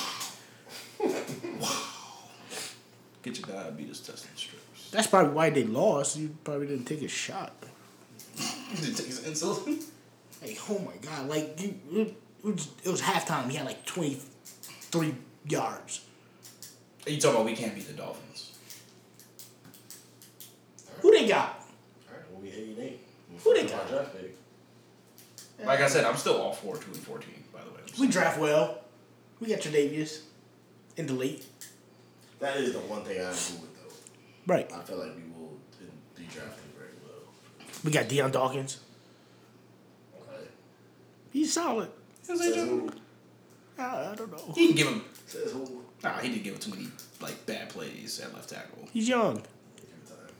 Speaker 3: Get your diabetes testing strips.
Speaker 2: That's probably why they lost. You probably didn't take a shot.
Speaker 3: Did it take his insulin?
Speaker 2: Like, oh my god, like you, it, was, it was halftime. He had like twenty three yards.
Speaker 3: Are you talking about we can't beat the Dolphins?
Speaker 2: Who they got?
Speaker 5: All right, we'll be eight and eight. We'll
Speaker 2: Who they
Speaker 5: fuck up
Speaker 2: got?
Speaker 5: our draft pick.
Speaker 3: Like I said, I'm still all for two and fourteen. By the way, I'm
Speaker 2: We
Speaker 3: still-
Speaker 2: draft well. We got Tre'Davious in the late.
Speaker 5: That is the one thing I agree with
Speaker 2: Right.
Speaker 5: though. I feel like we will be drafted very well.
Speaker 2: We got Deion Dawkins.
Speaker 5: Okay.
Speaker 2: He's solid.
Speaker 5: Says who?
Speaker 2: I, I don't know.
Speaker 3: He can give him.
Speaker 5: Says who?
Speaker 3: Nah, he didn't give him too many like bad plays at left tackle.
Speaker 2: He's young.
Speaker 5: Every time.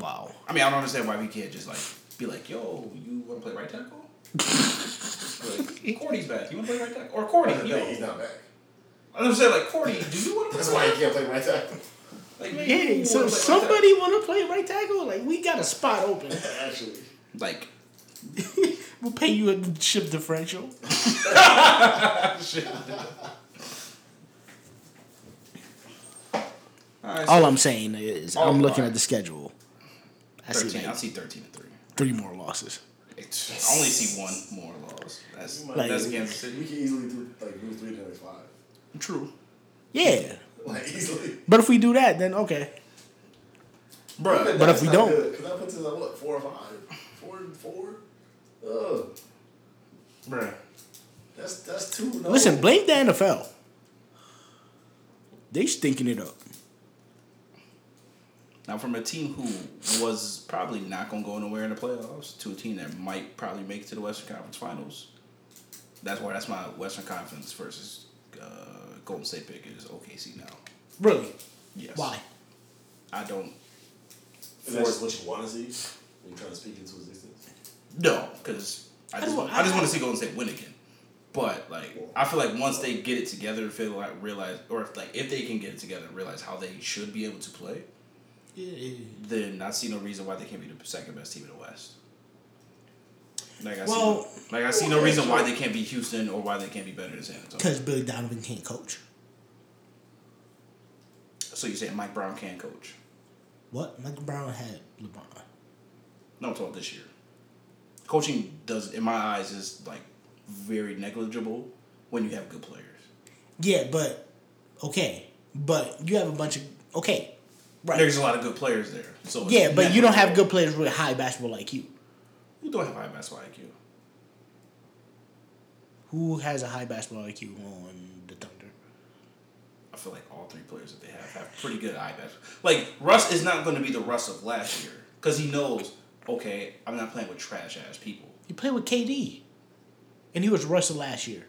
Speaker 2: Wow.
Speaker 3: I mean, I don't understand why we can't just like be like, yo, you want to play right tackle? like, Cordy's back. You want to play right tackle? Or Cordy, yo.
Speaker 5: He's not back.
Speaker 3: I'm just saying, like, Cordy, do you want to
Speaker 5: That's
Speaker 3: play
Speaker 5: why
Speaker 3: right
Speaker 5: he can't play right tackle.
Speaker 3: Like,
Speaker 2: Hey,
Speaker 3: you
Speaker 2: so
Speaker 3: wanna play right
Speaker 2: somebody want to play right tackle? Like, we got a spot open.
Speaker 5: Actually,
Speaker 3: tackle? Like,
Speaker 2: we'll pay you a ship differential.
Speaker 3: all right, so
Speaker 2: All I'm saying is,
Speaker 3: Oh,
Speaker 2: I'm looking
Speaker 3: my.
Speaker 2: at the schedule. I
Speaker 3: 13.
Speaker 2: see
Speaker 3: I
Speaker 2: like
Speaker 3: see 13 and 3.
Speaker 2: three more losses.
Speaker 3: It's, I only see one more loss. That's,
Speaker 5: Like-
Speaker 3: that's Kansas City.
Speaker 5: we can easily do like lose three to next five.
Speaker 3: True.
Speaker 2: Yeah,
Speaker 5: Like easily.
Speaker 2: but if we do that, then okay.
Speaker 3: Bruh,
Speaker 2: But if we don't-
Speaker 5: because I put to like what four or five, four and four. Ugh,
Speaker 3: bruh.
Speaker 5: that's that's two. oh. No.
Speaker 2: Listen, blame the NFL. They stinking it up.
Speaker 3: Now, from a team who was probably not going to go nowhere in the playoffs to a team that might probably make it to the Western Conference Finals, that's why that's my Western Conference versus uh, Golden State pick is OKC now.
Speaker 2: Really?
Speaker 3: Yes.
Speaker 2: Why?
Speaker 3: I don't.
Speaker 5: Is that just what you want to see? Are you trying to speak into existence?
Speaker 3: No, because I just
Speaker 2: don't-
Speaker 3: want, I, just want to see Golden State win again. But like, I feel like once they get it together and feel like realize, or if like if they can get it together and realize how they should be able to play, then I see no reason why they can't be the second best team in the West. Like I
Speaker 2: Well-
Speaker 3: see, like I see no reason why they can't be Houston or why they can't be better than San Antonio.
Speaker 2: Because Billy Donovan can't coach.
Speaker 3: So you say Mike Brown can coach?
Speaker 2: What? Michael Brown had LeBron.
Speaker 3: No, I'm talking about this year. Coaching does, in my eyes, is like very negligible when you have good players.
Speaker 2: Yeah, but okay, but you have a bunch of okay, right?
Speaker 3: There's a lot of good players there. So it's
Speaker 2: yeah, but you don't have
Speaker 3: negligible.
Speaker 2: good players with high basketball like you.
Speaker 3: Who don't have high basketball IQ?
Speaker 2: Who has a high basketball IQ on the Thunder?
Speaker 3: I feel like all three players that they have have pretty good eye basketball. Like Russ is not going to be the Russ of last year because he knows, okay, I'm not playing with trash ass people.
Speaker 2: You play with KD, and he was Russell last year.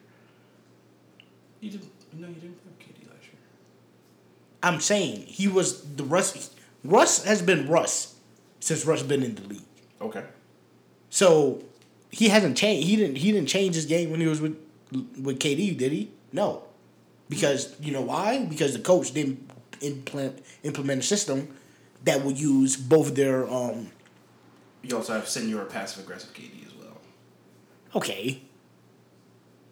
Speaker 3: You didn't, no, you didn't play with KD last year.
Speaker 2: I'm saying he was the Russ. Russ has been Russ since Russ been in the league.
Speaker 3: Okay,
Speaker 2: So he hasn't changed. He didn't. He didn't change his game when he was with with KD, did he? No, because you know why? Because the coach didn't implement implement a system that would use both their um.
Speaker 3: you also have senior passive aggressive KD as well.
Speaker 2: Okay,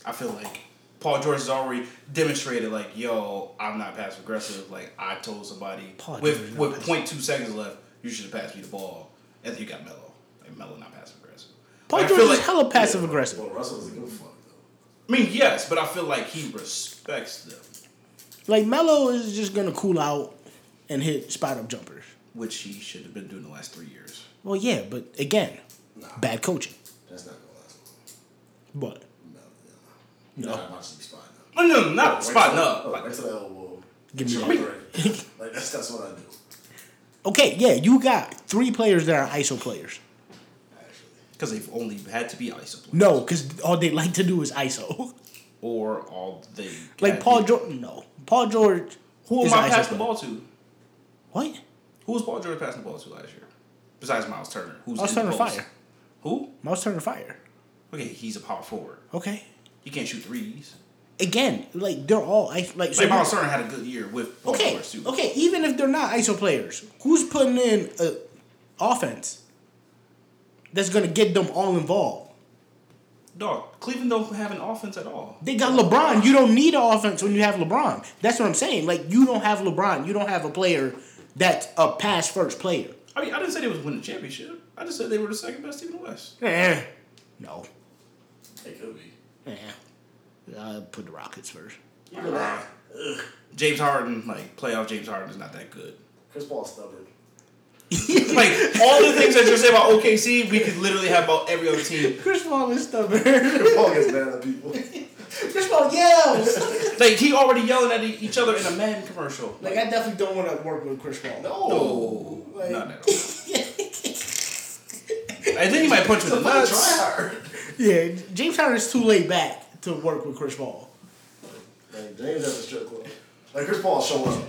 Speaker 3: I feel like Paul George has already demonstrated, like, yo, I'm not passive aggressive. Like I told somebody
Speaker 2: Paul George
Speaker 3: with
Speaker 2: is
Speaker 3: with
Speaker 2: not
Speaker 3: point two seconds left, you should have passed me the ball, and then you got Melo. Like Melo not passive aggressive.
Speaker 2: Paul
Speaker 3: Like, I
Speaker 2: George
Speaker 3: feel
Speaker 2: is
Speaker 3: like-
Speaker 2: hella passive aggressive.
Speaker 5: Well, Russell doesn't give a fuck though.
Speaker 3: I mean, yes, but I feel like he respects them,
Speaker 2: Like Melo is just gonna cool out and hit spot up jumpers.
Speaker 3: which he should have been doing the last three years.
Speaker 2: Well, yeah, but again,
Speaker 5: Nah.
Speaker 2: bad coaching.
Speaker 5: That's not gonna last long.
Speaker 2: But
Speaker 5: No, no. No. Not watching spot now.
Speaker 3: No, no, not
Speaker 5: Right
Speaker 3: spotting
Speaker 5: to the-
Speaker 3: up.
Speaker 5: oh,
Speaker 3: Like,
Speaker 5: Right to the elbow.
Speaker 2: Give me
Speaker 5: Jump
Speaker 2: that.
Speaker 5: already. like that's that's what I do.
Speaker 2: Okay, yeah, you got three players that are ISO players.
Speaker 5: Actually,
Speaker 3: Because they've only had to be isoplates.
Speaker 2: No, because all they like to do is ISO.
Speaker 3: Or all they.
Speaker 2: like
Speaker 3: had
Speaker 2: Paul
Speaker 3: to-
Speaker 2: George. No, Paul George.
Speaker 3: Who
Speaker 2: is
Speaker 3: am
Speaker 2: an
Speaker 3: I
Speaker 2: ISO
Speaker 3: passing the
Speaker 2: player.
Speaker 3: ball to?
Speaker 2: What?
Speaker 3: Who was Paul George passing the ball to last year? Besides Miles Turner, who's
Speaker 2: Miles
Speaker 3: in the
Speaker 2: Turner
Speaker 3: post.
Speaker 2: fire.
Speaker 3: Who?
Speaker 2: Miles Turner fire.
Speaker 3: Okay, he's a power forward.
Speaker 2: Okay.
Speaker 3: You can't shoot threes.
Speaker 2: Again, like they're all ice. Like so
Speaker 3: Like
Speaker 2: you're-
Speaker 3: Miles Turner had a good year with Paul
Speaker 2: Okay.
Speaker 3: George too.
Speaker 2: Okay. Even if they're not ISO players, who's putting in a offense that's gonna get them all involved?
Speaker 3: Dog, Cleveland don't have an offense at all.
Speaker 2: They got LeBron. You don't need an offense when you have LeBron. That's what I'm saying. Like you don't have LeBron. You don't have a player that's a pass first player.
Speaker 3: I mean, I didn't say they was winning the championship. I just said they were the second best team in the West.
Speaker 2: Eh. No.
Speaker 5: it could be.
Speaker 2: Eh. I put the Rockets first.
Speaker 3: James Harden, like playoff James Harden, is not that good.
Speaker 5: Chris Paul stubborn.
Speaker 3: Like all the things that you're saying about OKC, we could literally have about every other team.
Speaker 2: Chris Paul is stubborn.
Speaker 5: Chris Paul gets mad at people.
Speaker 2: Chris Paul yells.
Speaker 3: Like he already yelling at e- each other in a Madden commercial.
Speaker 2: like I definitely don't want to work with Chris Paul.
Speaker 5: No,
Speaker 3: No,
Speaker 5: like,
Speaker 3: not at all. And then you might punch him
Speaker 5: He's a
Speaker 3: in the
Speaker 5: fucking
Speaker 3: nuts.
Speaker 5: tryhard.
Speaker 2: Yeah, James Harden is too laid back to work with Chris Paul.
Speaker 5: Like James at the strip club. Like Chris Paul showing up.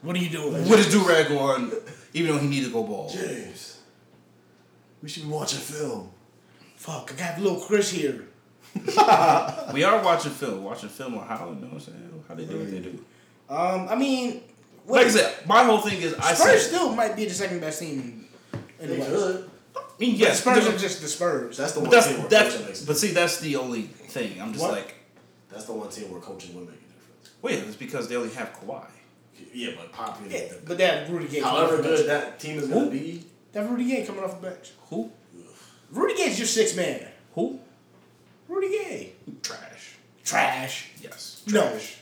Speaker 2: What are you doing?
Speaker 3: With his do rag on, even though he needs to go ball.
Speaker 5: James, we should be watching film.
Speaker 2: Fuck, I got little Chris here.
Speaker 3: We are watching film, watching film on how you know what I'm saying, how they do what they do.
Speaker 2: Um, I mean, what,
Speaker 3: Like I said, my whole thing is I
Speaker 2: Spurs
Speaker 3: said,
Speaker 2: still might be the second best team. In
Speaker 5: They
Speaker 2: the West.
Speaker 5: could.
Speaker 3: I mean, yes,
Speaker 2: Spurs are
Speaker 3: but
Speaker 2: just the Spurs.
Speaker 5: That's the one
Speaker 3: that's
Speaker 5: team where
Speaker 3: that's
Speaker 5: coaching makes.
Speaker 3: but see that's the only thing. I'm just
Speaker 5: What?
Speaker 3: like,
Speaker 5: That's the one team where coaching would make a
Speaker 3: wait, it's because they only have Kawhi.
Speaker 5: difference. Yeah, but Poppy.
Speaker 2: Yeah, but that Rudy Gay. coming off
Speaker 5: However
Speaker 2: the bench.
Speaker 5: good that team is gonna be,
Speaker 2: That Rudy Gay coming off the bench.
Speaker 3: Who?
Speaker 2: Rudy Gay's your sixth man.
Speaker 3: Who?
Speaker 2: Rudy Gay.
Speaker 3: Trash.
Speaker 2: Trash.
Speaker 3: Yes.
Speaker 2: Trash.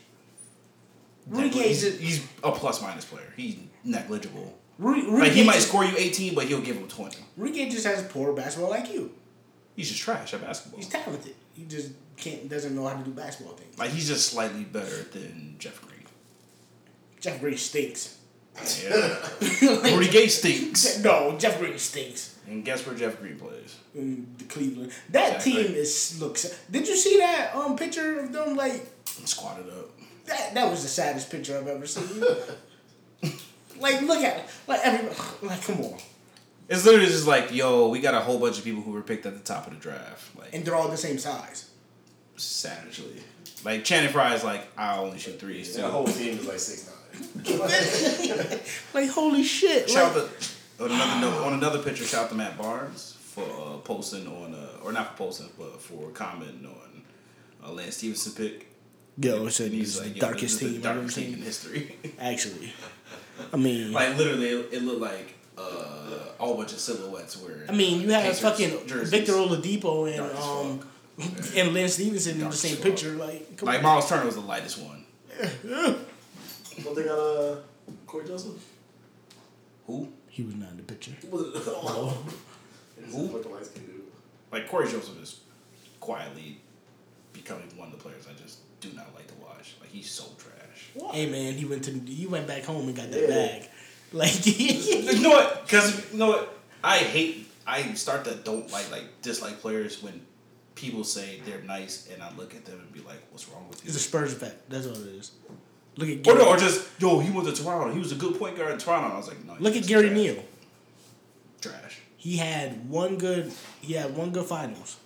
Speaker 2: No. Rudy
Speaker 3: Negli-
Speaker 2: Gay's
Speaker 3: he's, he's a plus minus player. He's negligible.
Speaker 2: Rudy, Rudy
Speaker 3: Like he
Speaker 2: Gay
Speaker 3: might
Speaker 2: just-
Speaker 3: score you 18, but he'll give him 20.
Speaker 2: Rudy Gay just has poor basketball IQ.
Speaker 3: He's just trash at basketball.
Speaker 2: He's talented. He just can't doesn't know how to do basketball things.
Speaker 3: Like he's just slightly better than Jeff Green.
Speaker 2: Jeff Green stinks.
Speaker 3: Yeah. Rudy Gay stinks.
Speaker 2: No, Jeff Green stinks.
Speaker 3: And guess where Jeff Green plays?
Speaker 2: In the Cleveland, that
Speaker 3: Exactly.
Speaker 2: team is looks. Did you see that um picture of them? Like
Speaker 3: Squatted up.
Speaker 2: that. That was the saddest picture I've ever seen. like look at it. Like every. Like come on.
Speaker 3: It's literally just like, yo, we got a whole bunch of people who were picked at the top of the draft. Like
Speaker 2: And they're all the same size.
Speaker 3: savagely. Like Channing Frye is like, I only shoot threes
Speaker 5: that
Speaker 3: too.
Speaker 5: whole team is like six nine.
Speaker 2: Like holy shit.
Speaker 3: Shout
Speaker 2: like,
Speaker 3: out to, on another note, on another picture, shout out to Matt Barnes for uh, posting on uh, or not for posting, but for commenting on uh, Lance Stevenson pick.
Speaker 2: yo, it's,
Speaker 3: And
Speaker 2: it's the
Speaker 3: yo,
Speaker 2: darkest
Speaker 3: this is
Speaker 2: team
Speaker 3: the
Speaker 2: I've ever
Speaker 3: darkest team in
Speaker 2: seen.
Speaker 3: history.
Speaker 2: Actually, I mean,
Speaker 3: like literally, it, it looked like uh, a whole bunch of silhouettes were.
Speaker 2: I mean, you have
Speaker 3: Pacers
Speaker 2: fucking
Speaker 3: jerseys.
Speaker 2: Victor Oladipo and
Speaker 3: Dark as
Speaker 2: um and Lance Stevenson in
Speaker 3: Dark
Speaker 2: the
Speaker 3: as
Speaker 2: same
Speaker 3: fuck.
Speaker 2: picture. Like, come
Speaker 3: Like
Speaker 2: on.
Speaker 3: Miles Turner was the lightest one.
Speaker 5: Don't they got uh, Corey Joseph?
Speaker 3: Who?
Speaker 2: he was not in the picture.
Speaker 5: oh. He's a
Speaker 3: Who?
Speaker 5: fucking light skinned dude.
Speaker 3: Like Corey Joseph is quietly becoming one of the players I just do not like to watch. Like he's so trash.
Speaker 2: Hey man, he went to he went back home and got that
Speaker 5: Yeah.
Speaker 2: bag. Like,
Speaker 3: You know what? Because you know what? I hate. I start to don't like like dislike players when people say they're nice, and I look at them and be like, "What's wrong with you?"
Speaker 2: it's a Spurs effect. That's all it is. Look at
Speaker 3: or
Speaker 2: Gary,
Speaker 3: Oh, no, or just yo, he went to Toronto. He was a good point guard in Toronto. I was like, no.
Speaker 2: look
Speaker 3: he's
Speaker 2: at Gary
Speaker 3: trash.
Speaker 2: Neal.
Speaker 3: Trash.
Speaker 2: He had one good he had one good finals.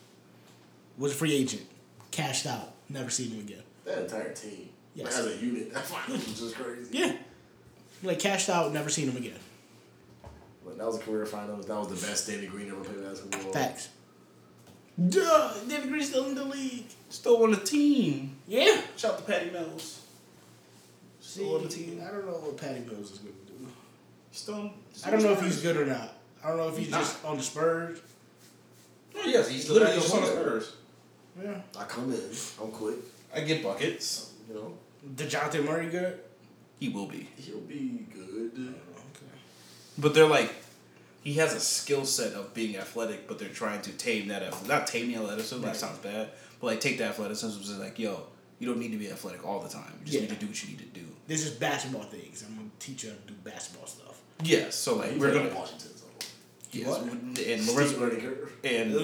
Speaker 2: Was a free agent, cashed out, never seen him again.
Speaker 5: That entire team.
Speaker 2: Yes.
Speaker 5: Like, as a unit, that finals was just crazy.
Speaker 2: Yeah, like cashed out, never seen him again.
Speaker 5: But that was a career finals. That was the best Danny Green ever played basketball.
Speaker 2: Facts. Duh, David Green's still in the league.
Speaker 3: Still on the team.
Speaker 2: Yeah.
Speaker 3: Shout out to Patty Mills. Still on the team.
Speaker 2: I don't know what Patty Mills is going to do.
Speaker 3: Still. on-
Speaker 2: I don't know if he's good or not. I don't know if he's,
Speaker 3: He's
Speaker 2: just on the Spurs.
Speaker 3: Oh, yes, he's
Speaker 5: the
Speaker 3: literally
Speaker 5: backup
Speaker 3: just on the
Speaker 5: point guard.
Speaker 3: Spurs.
Speaker 2: Yeah.
Speaker 5: I come in. I'm quick.
Speaker 3: I get buckets.
Speaker 5: You know,
Speaker 2: The Jonathan Murray good?
Speaker 3: He will be,
Speaker 5: he'll be good.
Speaker 2: Uh-huh.
Speaker 3: but they're like. He has a skill set of being athletic, but they're trying to tame that ath- not tame the athleticism. That sounds bad, but like take the athleticism and just like, yo, you don't need to be athletic all the time. You just
Speaker 2: Yeah.
Speaker 3: need to do what you need to do.
Speaker 2: This is basketball things. I'm gonna teach you how to do basketball stuff.
Speaker 3: Yes, so like we're gonna
Speaker 5: Washington. So.
Speaker 3: yes,
Speaker 5: What?
Speaker 3: and Lorenzo
Speaker 5: Rudiger.
Speaker 3: and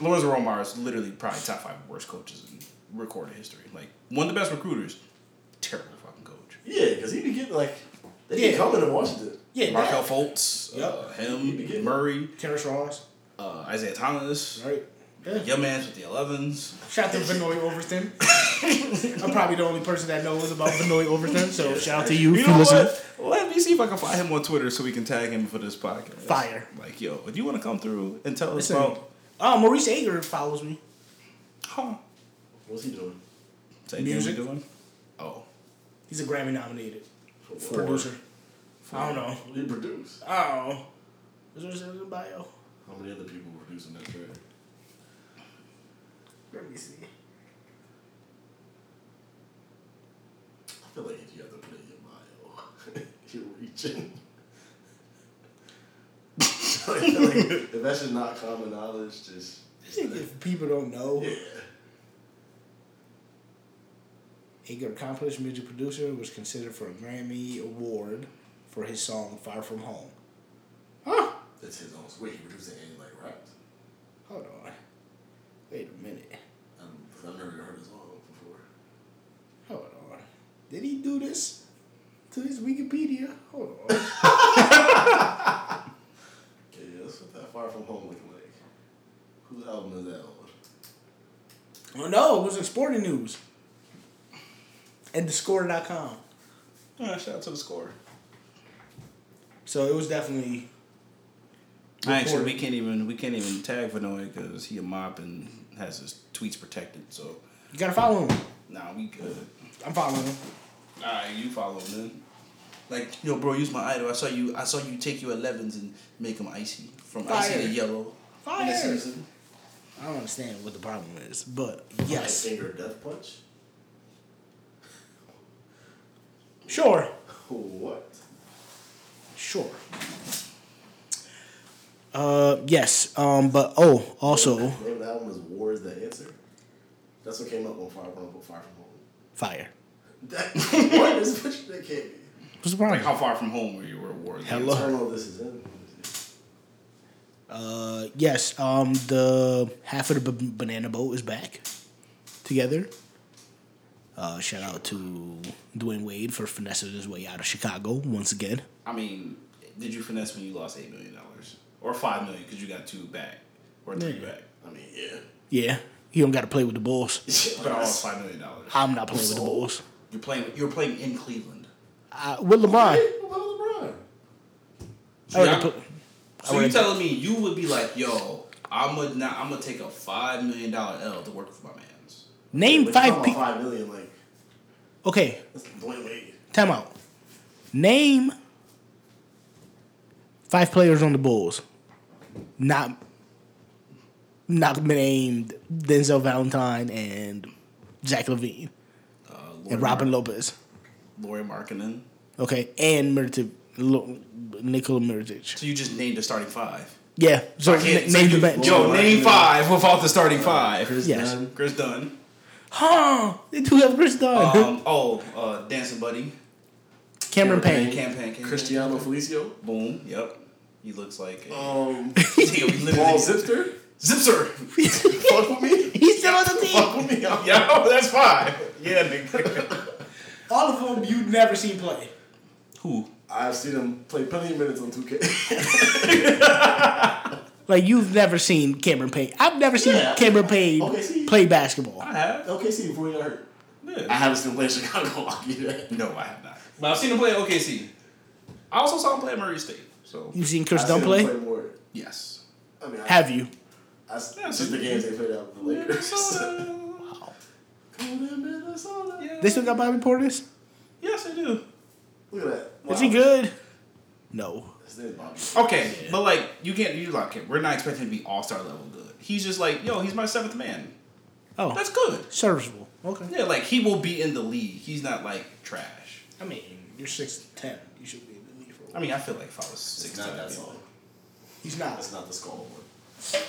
Speaker 3: Lorenzo Romar is literally probably top five worst coaches in recorded history. Like one of the best recruiters, terrible fucking coach.
Speaker 5: Yeah, because he be getting like they be
Speaker 2: Yeah.
Speaker 5: coming to Washington.
Speaker 2: Yeah,
Speaker 3: Markel
Speaker 2: Marco.
Speaker 3: Fultz, uh,
Speaker 5: be
Speaker 3: him,
Speaker 5: getting-
Speaker 3: Murray,
Speaker 2: Terrace Ross,
Speaker 3: uh, Isaiah Thomas,
Speaker 2: right? Yeah.
Speaker 3: young man's with the elevens.
Speaker 2: Shout out to Vinoy Overton. I'm probably the only person that knows about Vinoy Overton, so shout out to you, if
Speaker 3: You
Speaker 2: you
Speaker 3: know
Speaker 2: listen.
Speaker 3: what? Let me see if I can find him on Twitter so we can tag him for this podcast.
Speaker 2: Fire.
Speaker 3: Like, yo, if you want to come through and tell us
Speaker 2: Listen,
Speaker 3: about,
Speaker 2: oh, Maurice Ager follows me.
Speaker 3: huh?
Speaker 5: What's he doing?
Speaker 3: Same thing we
Speaker 2: Music.
Speaker 3: doing? Oh,
Speaker 2: He's a Grammy nominated
Speaker 5: For what?
Speaker 2: producer. I don't know.
Speaker 5: What do you produce?
Speaker 2: Oh, is there in the bio?
Speaker 5: How many other people were producing that track?
Speaker 2: Let me see.
Speaker 5: I feel like if you have to put in your bio, you're reaching. I feel like if that's just not common knowledge, just
Speaker 2: I think if people don't know,
Speaker 5: yeah.
Speaker 2: Ager, accomplished music producer, was considered for a Grammy award for his song "Far From Home."
Speaker 5: That's his own. Wait, he produced it and like rapped.
Speaker 2: Hold on. Wait a minute.
Speaker 5: Um, 'cause I've never heard his song before.
Speaker 2: Hold on. Did he do this to his Wikipedia? Hold on.
Speaker 5: Yeah, that's what that Far From Home looking like. Whose album is that on?
Speaker 2: oh no, it was in sporting news. And thescore.com.
Speaker 3: Ah, shout out to the score.
Speaker 2: So it was definitely
Speaker 3: Actually,
Speaker 2: Reporter.
Speaker 3: we can't even we can't even tag Vinoy because he a mop and has his tweets protected. So
Speaker 2: you gotta follow him.
Speaker 3: nah, we good.
Speaker 2: I'm following him.
Speaker 3: All right, you follow him then. Like yo, bro, use my idol. I saw you. I saw you take your elevens and make them icy from icy
Speaker 2: Fire.
Speaker 3: to yellow. in the
Speaker 2: Fire.
Speaker 3: season.
Speaker 2: I don't understand what the problem is, but
Speaker 5: Like
Speaker 2: yes.
Speaker 5: Singer Death Punch?
Speaker 2: Sure.
Speaker 5: What?
Speaker 2: Sure. Uh yes. Um but oh also
Speaker 5: The name of the album is War is the Answer. That's what came up on Fire From, Fire From Home.
Speaker 2: fire.
Speaker 5: That, what is what that can't be?
Speaker 2: What's the problem?
Speaker 3: Like how far from home were you? Were war?
Speaker 2: Hello.
Speaker 5: I don't know if this is him.
Speaker 2: Uh, yes, um, the half of the b- banana boat is back together. Uh, shout out to Dwayne Wade for finessing his way out of Chicago once again.
Speaker 3: I mean, did you finesse when you lost eight million dollars or five million because you got two back or three
Speaker 2: Yeah.
Speaker 3: back?
Speaker 5: I mean, yeah.
Speaker 2: Yeah, he don't got to play with the Bulls.
Speaker 3: But I lost five million dollars.
Speaker 2: I'm not playing with the Bulls.
Speaker 3: You're playing. You're playing in Cleveland.
Speaker 2: Uh, with LeBron,
Speaker 5: Hey, what about LeBron?
Speaker 2: I would've
Speaker 3: Yeah.
Speaker 2: put-
Speaker 3: So you telling me you would be like, yo, I'm gonna now I'm gonna take a five million dollar L to work with my man's.
Speaker 2: name
Speaker 5: Like,
Speaker 2: five
Speaker 5: talking
Speaker 2: people.
Speaker 5: about Five million, like
Speaker 2: Okay,
Speaker 5: that's Dwayne Wade.
Speaker 2: time out. Name five players on the Bulls. Not, not named Denzel Valentine and Zach Levine.
Speaker 3: Uh,
Speaker 2: and
Speaker 3: Mar-
Speaker 2: Robin Lopez.
Speaker 3: Laurie Markkinen.
Speaker 2: Okay, and Meritic, Lo, Nikola Meritic.
Speaker 3: So you just named the starting five.
Speaker 2: Yeah, so
Speaker 3: I can't-
Speaker 2: n-
Speaker 3: so
Speaker 2: name
Speaker 3: you-
Speaker 2: the bench.
Speaker 3: Yo,
Speaker 5: Markkinen.
Speaker 3: name five without the starting five. Chris,
Speaker 2: yes.
Speaker 5: Dunn.
Speaker 3: Dunn.
Speaker 2: Huh? They do have Chris Dunn.
Speaker 3: Um, oh, uh, Dancing Buddy.
Speaker 2: Cameron
Speaker 5: Cameron
Speaker 2: Payne.
Speaker 3: Campaign. campaign.
Speaker 5: Cristiano Felicio.
Speaker 3: Boom. Yep. He looks like a.
Speaker 5: Um,
Speaker 3: Yo, Oh. he literally-
Speaker 5: Paul Zipster.
Speaker 3: Zipser.
Speaker 5: Fuck with me.
Speaker 2: He's still on the team.
Speaker 5: Fuck with me. I'm-
Speaker 3: Yo, that's five. Yeah, nigga.
Speaker 2: All of them you've never seen play.
Speaker 3: Who?
Speaker 5: I've seen him play plenty of minutes on 2K.
Speaker 2: Like you've never seen Cameron Payne. I've never seen
Speaker 5: Yeah.
Speaker 2: Cameron Payne
Speaker 5: Okay, see.
Speaker 2: play basketball.
Speaker 3: I have.
Speaker 5: OKC before he got hurt. I
Speaker 3: Yeah.
Speaker 5: haven't seen him play in Chicago. I'll give you that.
Speaker 3: No, I have not. But I've seen him play at OKC. I also saw him play at Murray State. So
Speaker 2: You've seen Chris
Speaker 5: I've
Speaker 2: Dunn
Speaker 5: seen him
Speaker 2: play?
Speaker 5: more.
Speaker 3: yes.
Speaker 5: I mean, I,
Speaker 2: Have you?
Speaker 5: I,
Speaker 3: Yeah,
Speaker 5: just the games they played out with the Lakers.
Speaker 3: Minnesota.
Speaker 5: Come to Minnesota.
Speaker 2: They still got Bobby Portis?
Speaker 3: Yes, I do.
Speaker 5: Look at that.
Speaker 2: Is he good? Oh. No.
Speaker 5: His name's Bobby.
Speaker 3: Okay, but like you can't you like it. We're not expecting him to be all star level good. He's just like yo, he's my seventh man.
Speaker 2: Oh,
Speaker 3: That's good.
Speaker 2: serviceable. Okay.
Speaker 3: Yeah, like he will be in the league. He's not like trash.
Speaker 2: I mean, you're six ten. You should be in the league for a
Speaker 3: I
Speaker 2: while.
Speaker 3: mean, I feel like if I was six,
Speaker 5: It's not that song.
Speaker 2: He's not.
Speaker 5: That's not the skull one.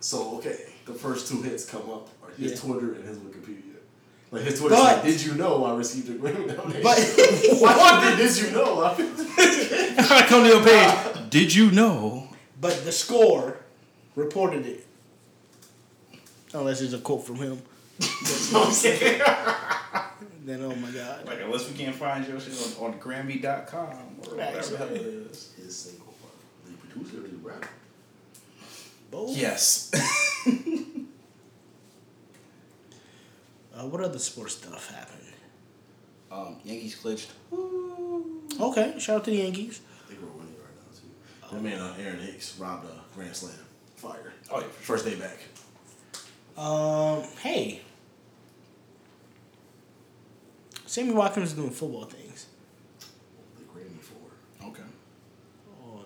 Speaker 5: So okay, the first two hits come up are his
Speaker 2: Yeah.
Speaker 5: Twitter and his Wikipedia. Like his Twitter's
Speaker 2: But-
Speaker 5: like, did you know I received a Grammy nomination?
Speaker 2: But-
Speaker 5: why did, did you know? I-
Speaker 3: I come to your page. Did you know?
Speaker 2: But the score reported it. Unless it's a quote from him. then oh my god.
Speaker 3: Like, unless we can't find your shit on, on Grammy.com or whatever the hell it is.
Speaker 5: his single one. The producer, the rapper.
Speaker 2: Both.
Speaker 3: Yes.
Speaker 2: Uh, what other sports stuff happened?
Speaker 3: um, Yankees glitched.
Speaker 2: Okay, shout out to the Yankees.
Speaker 5: They were winning right now too. That man, uh, Aaron Hicks, robbed a grand slam. Fire.
Speaker 3: Oh, yeah.
Speaker 5: First day back.
Speaker 2: Um, hey. Sammy Watkins is doing football things
Speaker 5: The Grammy for.
Speaker 3: Okay.
Speaker 2: on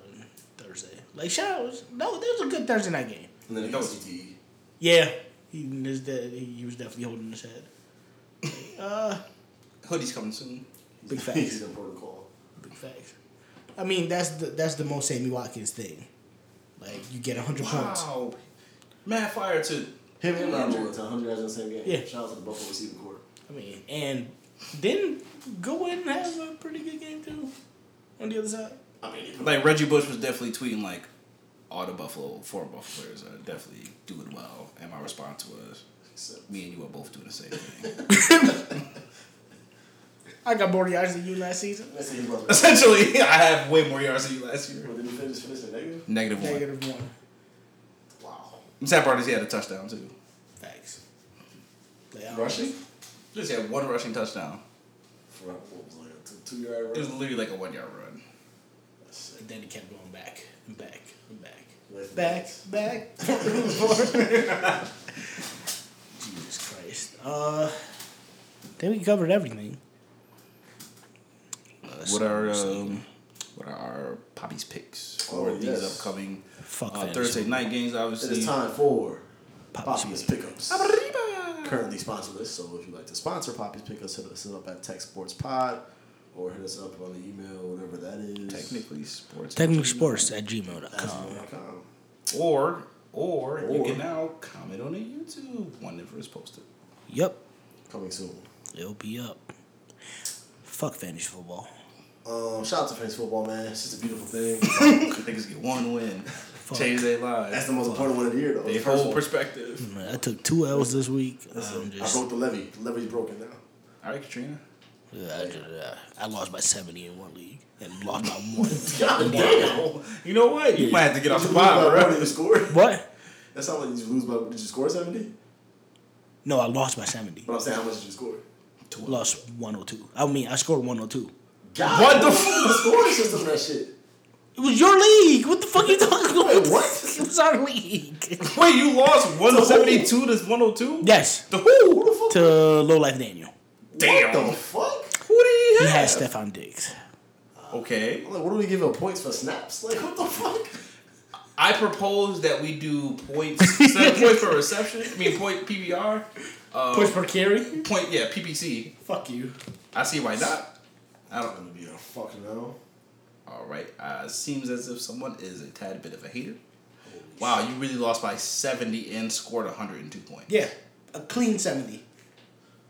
Speaker 2: Thursday. Like shout out no, there was a good Thursday night game.
Speaker 5: And then the
Speaker 3: That was-
Speaker 5: LCT.
Speaker 2: Yeah. He is de- he was definitely holding his head. Uh
Speaker 3: Hoodie's coming soon.
Speaker 2: big facts.
Speaker 5: He's in protocol.
Speaker 2: Big facts. I mean, that's the that's the most Sammy Watkins thing. Like you get hundred points.
Speaker 3: Wow. Mad fire to
Speaker 5: Him and Robert went to 100 guys in the same game.
Speaker 2: Yeah.
Speaker 5: Shout out to the Buffalo receiving court.
Speaker 2: I mean, and then go in and have a pretty good game too. On the other side,
Speaker 5: I mean, even
Speaker 3: like Reggie Bush was definitely tweeting like all the Buffalo former Buffalo players are definitely doing well, and my response was
Speaker 5: except
Speaker 3: me and you are both doing the same thing.
Speaker 2: I got more yards than you last season.
Speaker 5: Let's say he was right.
Speaker 3: Essentially, I have way more yards than you last year.
Speaker 5: Well, did the finish finish the negative?
Speaker 3: Negative one.
Speaker 2: Negative one.
Speaker 5: Wow.
Speaker 3: I'm sad part is he had a touchdown too.
Speaker 2: Facts. Like, I don't-
Speaker 5: Rushing?
Speaker 3: Just had one rushing touchdown.
Speaker 5: For what was like a two, two yard
Speaker 3: It was
Speaker 5: run?
Speaker 3: literally like a one yard run.
Speaker 5: That's sick.
Speaker 2: And then he kept going back and back and back,
Speaker 5: That's
Speaker 2: back,
Speaker 5: nuts.
Speaker 2: back. Jesus Christ. Uh, then we covered everything. Uh,
Speaker 3: What
Speaker 2: so-
Speaker 3: are um, what are our Poppy's picks for
Speaker 5: Oh,
Speaker 3: these
Speaker 5: yes.
Speaker 3: upcoming
Speaker 2: Fuck
Speaker 3: uh,
Speaker 2: fantasy.
Speaker 3: Thursday night games?
Speaker 5: It
Speaker 3: Obviously,
Speaker 5: is time for
Speaker 2: Poppy's
Speaker 5: Poppy's Pickups. Currently sponsorless, so if you'd like to sponsor Poppy's Pickups, hit us up at Tech Sports Pod or hit us up on the email, whatever that is.
Speaker 3: technically sports.
Speaker 2: Technically sports at
Speaker 5: At
Speaker 2: gmail.com.
Speaker 3: um,
Speaker 5: gmail.com.
Speaker 3: Or, or you
Speaker 5: Or-
Speaker 3: can now comment on the YouTube when it was posted.
Speaker 2: Yep.
Speaker 5: Coming soon.
Speaker 2: It'll be up. Fuck fantasy football.
Speaker 5: Um, shout out to Fans Football, man. It's just a beautiful thing.
Speaker 3: Niggas get one win, change their lives.
Speaker 5: That's the most important one of the year, though.
Speaker 3: They
Speaker 5: It's the first
Speaker 3: whole
Speaker 5: one.
Speaker 3: perspective.
Speaker 2: Man, I took two L's this week. I'm
Speaker 5: Listen,
Speaker 2: just,
Speaker 5: I broke the levy. The levy's broken now.
Speaker 3: All right, Katrina.
Speaker 2: yeah, I, just- uh, I lost by 70 in one league and lost by one.
Speaker 5: God damn.
Speaker 3: Oh, You know what? You might have to get off the pod,
Speaker 5: Why did
Speaker 3: bro.
Speaker 5: you score?
Speaker 2: what?
Speaker 5: That's not like you lose by. Did you score 70?
Speaker 2: No, I lost by 70.
Speaker 5: But I'm saying, how much did you score?
Speaker 2: Lost 102. I mean, I scored 102.
Speaker 5: God,
Speaker 3: What the
Speaker 5: what's the scoring system? That shit.
Speaker 2: It was your league. What the fuck you talking about?
Speaker 5: Wait, what?
Speaker 2: It was our league.
Speaker 3: Wait, you lost one seventy two to one hundred two.
Speaker 2: yes.
Speaker 3: The who?
Speaker 5: Who the fuck?
Speaker 2: To Low Life Daniel.
Speaker 3: Damn.
Speaker 5: What the fuck?
Speaker 3: Who do you
Speaker 2: He
Speaker 3: have?
Speaker 2: had Stefan Diggs.
Speaker 3: okay.
Speaker 5: I'm like, what do we give him points for snaps? Like, what the fuck?
Speaker 3: I propose that we do points instead of points per reception. I mean, point PBR. Uh,
Speaker 2: Push for carry?
Speaker 3: point. Yeah, PPC.
Speaker 2: Fuck you.
Speaker 3: I see why not. I don't.
Speaker 5: I'm gonna be a fucking hell.
Speaker 3: All right. Uh, seems as if someone is a tad bit of a hater. Wow, you really lost by 70 and scored 102 points.
Speaker 2: Yeah. A clean 70.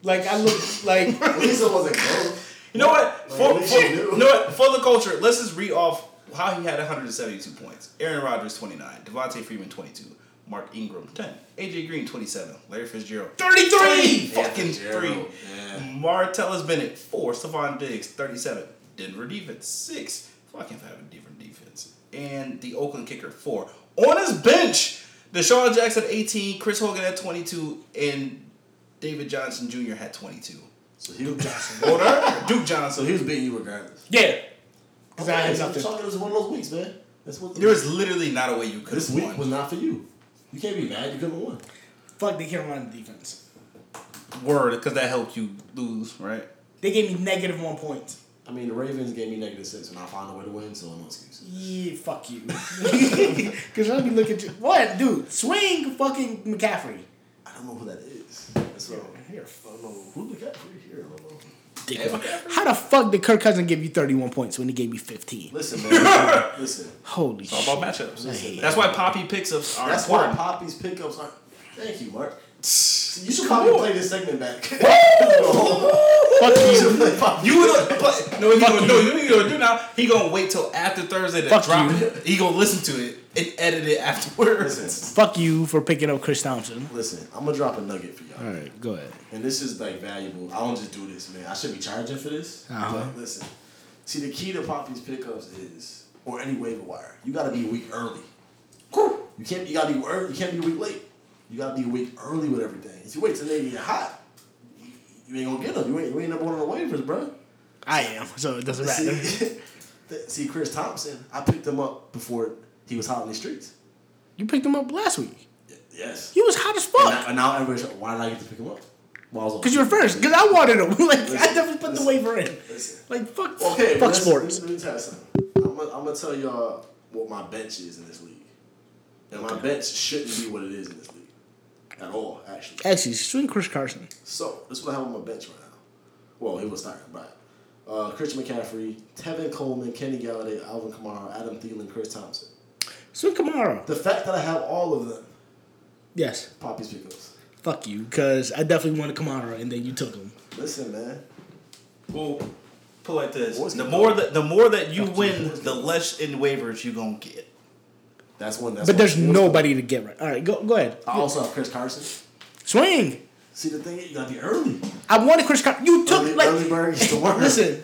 Speaker 2: Like, I looked like.
Speaker 5: At least it wasn't close.
Speaker 3: You know what?
Speaker 5: Like,
Speaker 3: For,
Speaker 5: what
Speaker 3: for,
Speaker 5: you do?
Speaker 3: you know what? For the culture, let's just read off how he had 172 points. Aaron Rodgers, 29. Devontae Freeman, 22. Mark Ingram, 10. AJ Green, 27. Larry Fitzgerald, 33!
Speaker 5: Yeah,
Speaker 3: Fucking
Speaker 5: Fitzgerald,
Speaker 3: 3.
Speaker 5: yeah.
Speaker 3: Martellus Bennett, 4. Stephon Diggs, 37. Denver defense, 6. Fucking have a different defense. And the Oakland kicker, 4. On his bench, Deshaun Jackson, 18. Chris Hogan at 22. And David Johnson Jr. had 22.
Speaker 5: So he was
Speaker 3: Hold up. Duke
Speaker 5: So
Speaker 3: Johnson.
Speaker 5: he was beating you regardless.
Speaker 2: yeah. Because I had
Speaker 5: I'm
Speaker 2: nothing.
Speaker 5: talking, it was one of those weeks, man. That's what.
Speaker 3: There is literally not a way you could
Speaker 5: this
Speaker 3: have
Speaker 5: week
Speaker 3: won.
Speaker 5: was not for you. You can't be mad. You couldn't win.
Speaker 2: Fuck the Carolina defense.
Speaker 3: Word, because that helped you lose, right?
Speaker 2: They gave me negative one point.
Speaker 5: I mean, the Ravens gave me negative six, and I found a way to win, so no excuses.
Speaker 2: Yeah, fuck you. Because I'll be looking to. What, dude? Swing fucking McCaffrey.
Speaker 5: I don't know who that is. That's what I'm here. I don't know who the guy here. I don't know.
Speaker 2: How the fuck did Kirk Cousins give you 31 points when he gave me 15?
Speaker 5: Listen, man. listen.
Speaker 2: Holy
Speaker 3: It's all
Speaker 2: shit.
Speaker 3: about matchups.
Speaker 2: hate
Speaker 3: That's why Poppy picks ups are
Speaker 5: That's why
Speaker 3: important.
Speaker 5: Poppy's pickups are Thank you, Mark. You should probably play this segment back.
Speaker 2: Fuck you.
Speaker 3: You would but no, he gonna, no, you know what he gonna do now? He gonna wait till after Thursday to
Speaker 2: Fuck
Speaker 3: drop
Speaker 2: you.
Speaker 3: it. He gonna listen to it and edit it afterwards.
Speaker 5: Listen.
Speaker 2: Fuck you for picking up Chris Thompson.
Speaker 5: Listen, I'm gonna drop a nugget for y'all.
Speaker 2: All right, go ahead.
Speaker 5: And this is like valuable. I don't just do this, man. I should be charging for this.
Speaker 2: Uh-huh.
Speaker 5: But listen, see, the key to Poppy's pickups is, or any waiver wire, you gotta be a week early. You can't. You gotta be early. You can't be a week late. You gotta be a week early with everything. If you wait till they get hot, you, you ain't gonna get them. You ain't. You ain't up on the waivers, bro.
Speaker 2: I am, so it doesn't matter.
Speaker 5: See, see, Chris Thompson, I picked him up before he was hot in the streets.
Speaker 2: You picked him up last week.
Speaker 5: Yes.
Speaker 2: He was hot as
Speaker 5: And, now-
Speaker 2: fuck.
Speaker 5: and now everybody's like, why did I get to pick him up? Well, I was on-
Speaker 2: Because you're first. Because I wanted him. like, I
Speaker 5: Listen,
Speaker 2: definitely put the
Speaker 5: listen,
Speaker 2: waiver in.
Speaker 5: listen.
Speaker 2: Like, fuck,
Speaker 5: Okay,
Speaker 2: fuck
Speaker 5: let's-
Speaker 2: sports.
Speaker 5: Let me tell you something. I'm gonna, I'm gonna tell y'all what my bench is in this league, and my bench shouldn't be what it is in this league at all, actually.
Speaker 2: Actually, swing Chris Carson.
Speaker 5: So this is what I have on my bench right now. Well, he was starting, but uh, Christian McCaffrey, Tevin Coleman, Kenny Galladay, Alvin Kamara, Adam Thielen, Chris Thompson.
Speaker 2: Swing Kamara.
Speaker 5: The fact that I have all of them,
Speaker 2: Yes.
Speaker 5: Poppy's pickles.
Speaker 2: Fuck you. Because I definitely wanted Kamara, and then you took him.
Speaker 5: Listen, man.
Speaker 3: Well, put like this:
Speaker 5: What's
Speaker 3: the
Speaker 5: the-
Speaker 3: more that the more that you win, the less in waivers you gonna get.
Speaker 5: That's one. That's
Speaker 2: But
Speaker 5: one.
Speaker 2: there's nobody to get right. All right, go go ahead.
Speaker 5: I also have Chris Carson.
Speaker 2: Swing.
Speaker 5: See, the thing is, you gotta be early.
Speaker 2: I wanted Chris Carson. You took
Speaker 5: Early-
Speaker 2: like
Speaker 5: early bird is the worst.
Speaker 2: listen.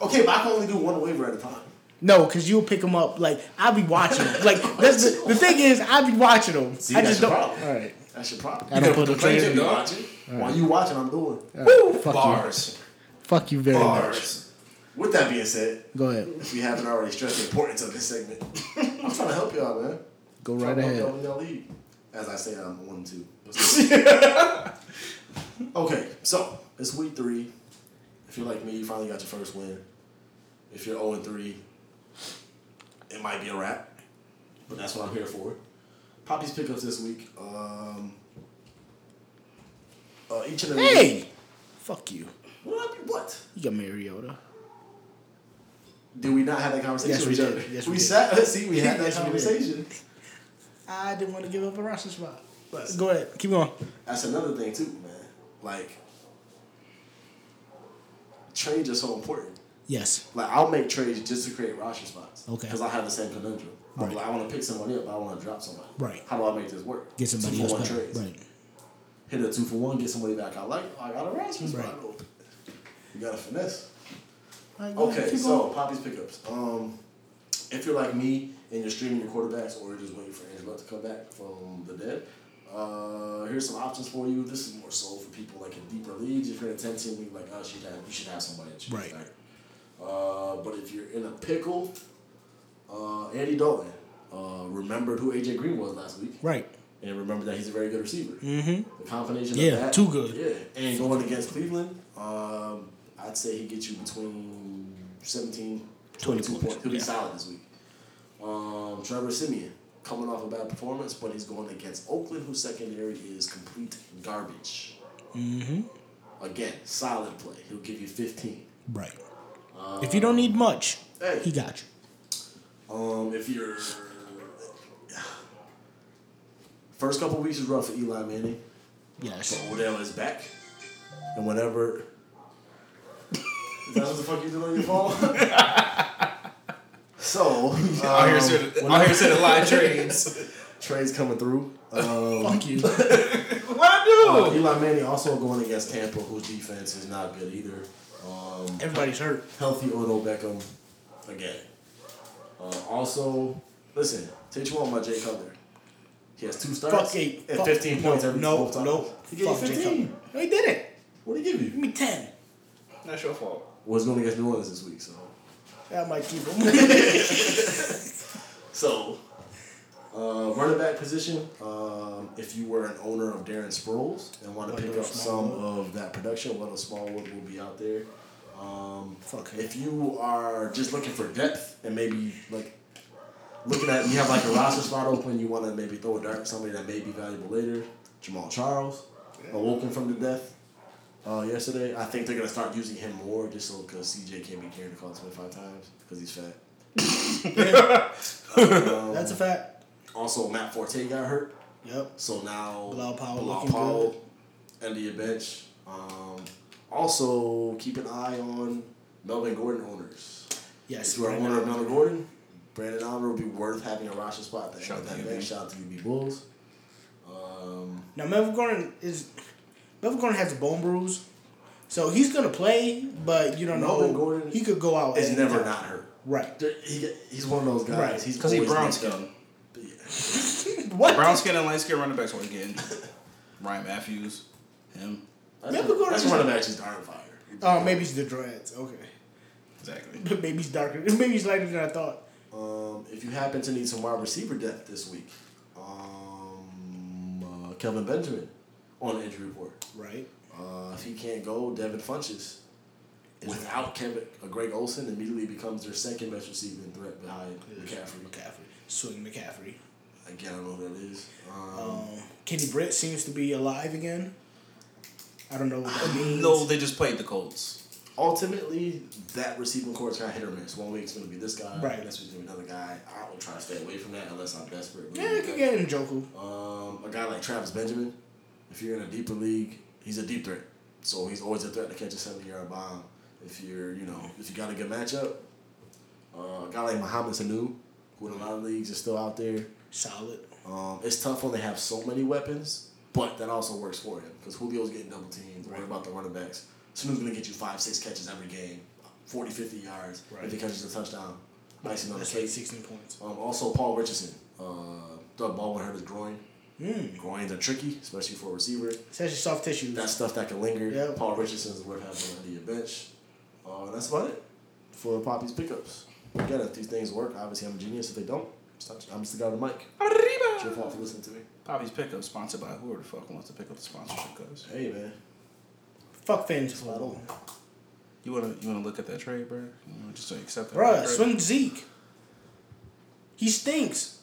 Speaker 5: Okay, but I can only do one waiver at a time.
Speaker 2: No, because you'll pick him up. Like I'll be watching. Him. Like that's the, the thing is, I'll be watching him.
Speaker 5: See,
Speaker 2: I just
Speaker 5: that's your
Speaker 2: don't.
Speaker 5: problem.
Speaker 2: All right.
Speaker 5: That's your problem.
Speaker 2: I don't put a
Speaker 3: complain
Speaker 2: trade.
Speaker 3: to me.
Speaker 5: While you watching, I'm doing.
Speaker 3: Woo!
Speaker 2: fuck you.
Speaker 3: Bars,
Speaker 2: Fuck you very much.
Speaker 3: bars.
Speaker 5: With that being said,
Speaker 2: Go ahead.
Speaker 5: if you haven't already stressed the importance of this segment, I'm trying to help y'all, man.
Speaker 2: Go
Speaker 5: I'm
Speaker 2: right
Speaker 5: trying to help y'all
Speaker 2: ahead.
Speaker 5: win y'all league. As I say, I'm one two. okay, so it's week three. If you're like me, you finally got your first win. If you're 0 and 3, it might be a wrap. But that's what I'm here for. Poppy's pickups this week. Um, uh, each and every
Speaker 2: Hey,
Speaker 5: week.
Speaker 2: fuck you.
Speaker 5: What? What?
Speaker 2: You got Mariota.
Speaker 5: Did we not have that conversation
Speaker 2: Yes,
Speaker 5: with
Speaker 2: we
Speaker 5: each other?
Speaker 2: did. Yes,
Speaker 5: we
Speaker 2: we did.
Speaker 5: sat. See, we had that
Speaker 2: Yes, we did.
Speaker 5: conversation.
Speaker 2: I didn't want to give up a roster spot. But go ahead. Keep going.
Speaker 5: That's another thing too, man. Like, trades are so important.
Speaker 2: Yes.
Speaker 5: Like, I'll make trades just to create roster spots.
Speaker 2: Okay.
Speaker 5: Because I have the same conundrum. I'm
Speaker 2: Right.
Speaker 5: like, I want to pick somebody up, but I want to drop somebody.
Speaker 2: Right.
Speaker 5: How do I make this work?
Speaker 2: Get somebody
Speaker 5: two
Speaker 2: else
Speaker 5: for one
Speaker 2: back.
Speaker 5: trades.
Speaker 2: Right.
Speaker 5: Hit a two for one, get somebody back. I like. I got a roster
Speaker 2: Right.
Speaker 5: spot open. You gotta finesse.
Speaker 2: All right, go ahead.
Speaker 5: Okay,
Speaker 2: Keep
Speaker 5: so
Speaker 2: going.
Speaker 5: Poppy's pickups. Um, if you're like me and you're streaming your quarterbacks, or you're just waiting for Angela to come back from the dead, uh, here's some options for you. This is more so for people like in deeper leagues. If you're in a ten team league like us, you have you should have somebody that you
Speaker 2: Right.
Speaker 5: back. Uh, but if you're in a pickle, uh, Andy Dalton uh, remembered who AJ Green was last week,
Speaker 2: right.
Speaker 5: and remembered that he's a very good receiver.
Speaker 2: Mm-hmm.
Speaker 5: The combination
Speaker 2: Yeah,
Speaker 5: of that.
Speaker 2: too good.
Speaker 5: Yeah. And going against Cleveland, um, I'd say he gets you between 17, 22
Speaker 2: points,
Speaker 5: points. He'll be
Speaker 2: yeah.
Speaker 5: solid this week. Um, Trevor Simeon, coming off a bad performance, but he's going against Oakland, whose secondary is complete garbage. Mm-hmm. Again, solid play. He'll give you 15.
Speaker 2: Right. if you don't need much,
Speaker 5: Uh, Hey.
Speaker 2: he got you.
Speaker 5: Um, if you're first couple weeks is rough for Eli Manning,
Speaker 2: Yes.
Speaker 5: but Odell is back, and whenever. Is that what the fuck you doing on your phone? so,
Speaker 2: Uh,
Speaker 3: Out here
Speaker 5: um,
Speaker 3: said, out here
Speaker 5: whenever
Speaker 3: said a lot of trades.
Speaker 5: trades coming through. Um,
Speaker 2: Fuck you.
Speaker 3: what I
Speaker 2: Oh.
Speaker 3: do?
Speaker 5: Eli Manning also going against Tampa, whose defense is not good either. Um,
Speaker 2: Everybody's hurt.
Speaker 5: healthy Odell Beckham again. Uh, also, listen, take you on my Jay Cutler. He has two starts
Speaker 2: Fuck eight.
Speaker 5: and
Speaker 2: Fuck-
Speaker 5: 15 points every
Speaker 2: no,
Speaker 5: both times.
Speaker 2: No,
Speaker 5: He gave you
Speaker 2: Fuck Jay
Speaker 5: 15.
Speaker 2: Cutler. No, he didn't.
Speaker 5: What did he give
Speaker 2: Give
Speaker 5: you?
Speaker 2: me 10.
Speaker 3: That's your fault.
Speaker 5: Was going against New Orleans this week, so.
Speaker 2: That might keep him.
Speaker 5: So, uh, running back position. Um, if you were an owner of Darren Sproles and want to pick
Speaker 2: Wendell
Speaker 5: up some
Speaker 2: Smallwood.
Speaker 5: of that production, Wendell Smallwood will be out there. Um,
Speaker 2: Fuck him.
Speaker 5: if you are just looking for depth and maybe like looking at you have like a roster spot open, you want to maybe throw a dart at somebody that may be valuable later. Jamal Charles, awoken from the death. Uh, yesterday, I think they're gonna start using him more just so because CJ can't be carrying the call twenty five times because he's fat. Um,
Speaker 2: That's a fact.
Speaker 5: Also, Matt Forte got hurt.
Speaker 2: Yep.
Speaker 5: So now
Speaker 2: Bilal Powell
Speaker 5: Bilal
Speaker 2: looking
Speaker 5: Powell, end of your bench. Um, also keep an eye on Melvin Gordon owners.
Speaker 2: Yes.
Speaker 5: If you are an
Speaker 2: Brandon
Speaker 5: owner of
Speaker 2: Oliver.
Speaker 5: Melvin Gordon, Brandon Oliver would be worth having a roster spot. That
Speaker 3: Shout
Speaker 5: shout
Speaker 3: out to
Speaker 5: that
Speaker 3: UB.
Speaker 5: bench. Shout out to UB Bulls. Um,
Speaker 2: Now Melvin Gordon is Melvin Gordon has a bone bruise, so he's gonna play, but you don't
Speaker 5: Melvin
Speaker 2: know.
Speaker 5: Gordon
Speaker 2: he could go out.
Speaker 5: is
Speaker 2: any
Speaker 5: never
Speaker 2: time.
Speaker 5: not hurt.
Speaker 2: right.
Speaker 5: There- He, he's one of those guys.
Speaker 2: Right.
Speaker 5: He's
Speaker 3: Because he
Speaker 5: always
Speaker 3: brown
Speaker 5: nicked up.
Speaker 3: skin.
Speaker 2: What?
Speaker 3: Brown skin and light skin running backs always get injured. Ryan Matthews, him.
Speaker 5: That's,
Speaker 2: Melvin Gordon
Speaker 5: that's
Speaker 2: is-
Speaker 5: running backs is darn fire.
Speaker 2: Oh, maybe it's the dreads. Okay.
Speaker 3: Exactly.
Speaker 2: maybe it's darker. Maybe it's lighter than I thought.
Speaker 5: Um, if you happen to need some wide receiver depth this week, um, uh, Kelvin Benjamin on the injury report.
Speaker 2: Right.
Speaker 5: Uh, if he can't go, Devin Funches. Without Kevin, uh, Greg Olson immediately becomes their second best receiving threat behind McCaffrey.
Speaker 2: McCaffrey. Swing McCaffrey.
Speaker 5: Again, I don't know who that is. Um,
Speaker 2: Um, Kenny Britt seems to be alive again. I don't know what that means.
Speaker 3: No, they just played the Colts.
Speaker 5: ultimately, that receiving core is kind of hit or miss. One week it's going to be this guy,
Speaker 2: Right.
Speaker 5: next week's going to be another guy. I will try to stay away from that unless I'm desperate.
Speaker 2: Yeah, they could get in Joku.
Speaker 5: Um, a guy like Travis Benjamin, if you're in a deeper league, he's a deep threat. So he's always a threat to catch a 70 yard bomb. If you're, you know, if you got a good matchup, uh, a guy like Mohamed Sanu, who in a lot of leagues is still out there.
Speaker 2: Solid.
Speaker 5: Um, it's tough when they have so many weapons, but that also works for him because Julio's getting double teamed. Worry about the running backs. Sanu's going to get you five, six catches every game, 40, 50 yards.
Speaker 2: Right.
Speaker 5: If he catches a touchdown, nicely on the
Speaker 2: That's like
Speaker 5: cake.
Speaker 2: 16 points.
Speaker 5: Um, also, Paul Richardson. Uh, Doug Baldwin hurt his groin. Groins are tricky, especially for a receiver.
Speaker 2: It's actually soft tissues.
Speaker 5: That stuff that can linger.
Speaker 2: Yeah.
Speaker 5: Paul Richardson's worth having on your bench. Uh, that's about it for Poppy's pickups. Again, if these things work, obviously I'm a genius. If they don't, it's not- I'm just the guy with the mic. It's your fault for listening to me.
Speaker 3: Poppy's pickup sponsored by whoever the fuck wants to pick up the sponsorship guys.
Speaker 5: Hey, man.
Speaker 2: Fuck fans.
Speaker 5: It's not over.
Speaker 3: You wanna you wanna look at that trade, bro? You wanna just accept that?
Speaker 2: Bruh,
Speaker 3: trade?
Speaker 2: swing Zeke. He stinks.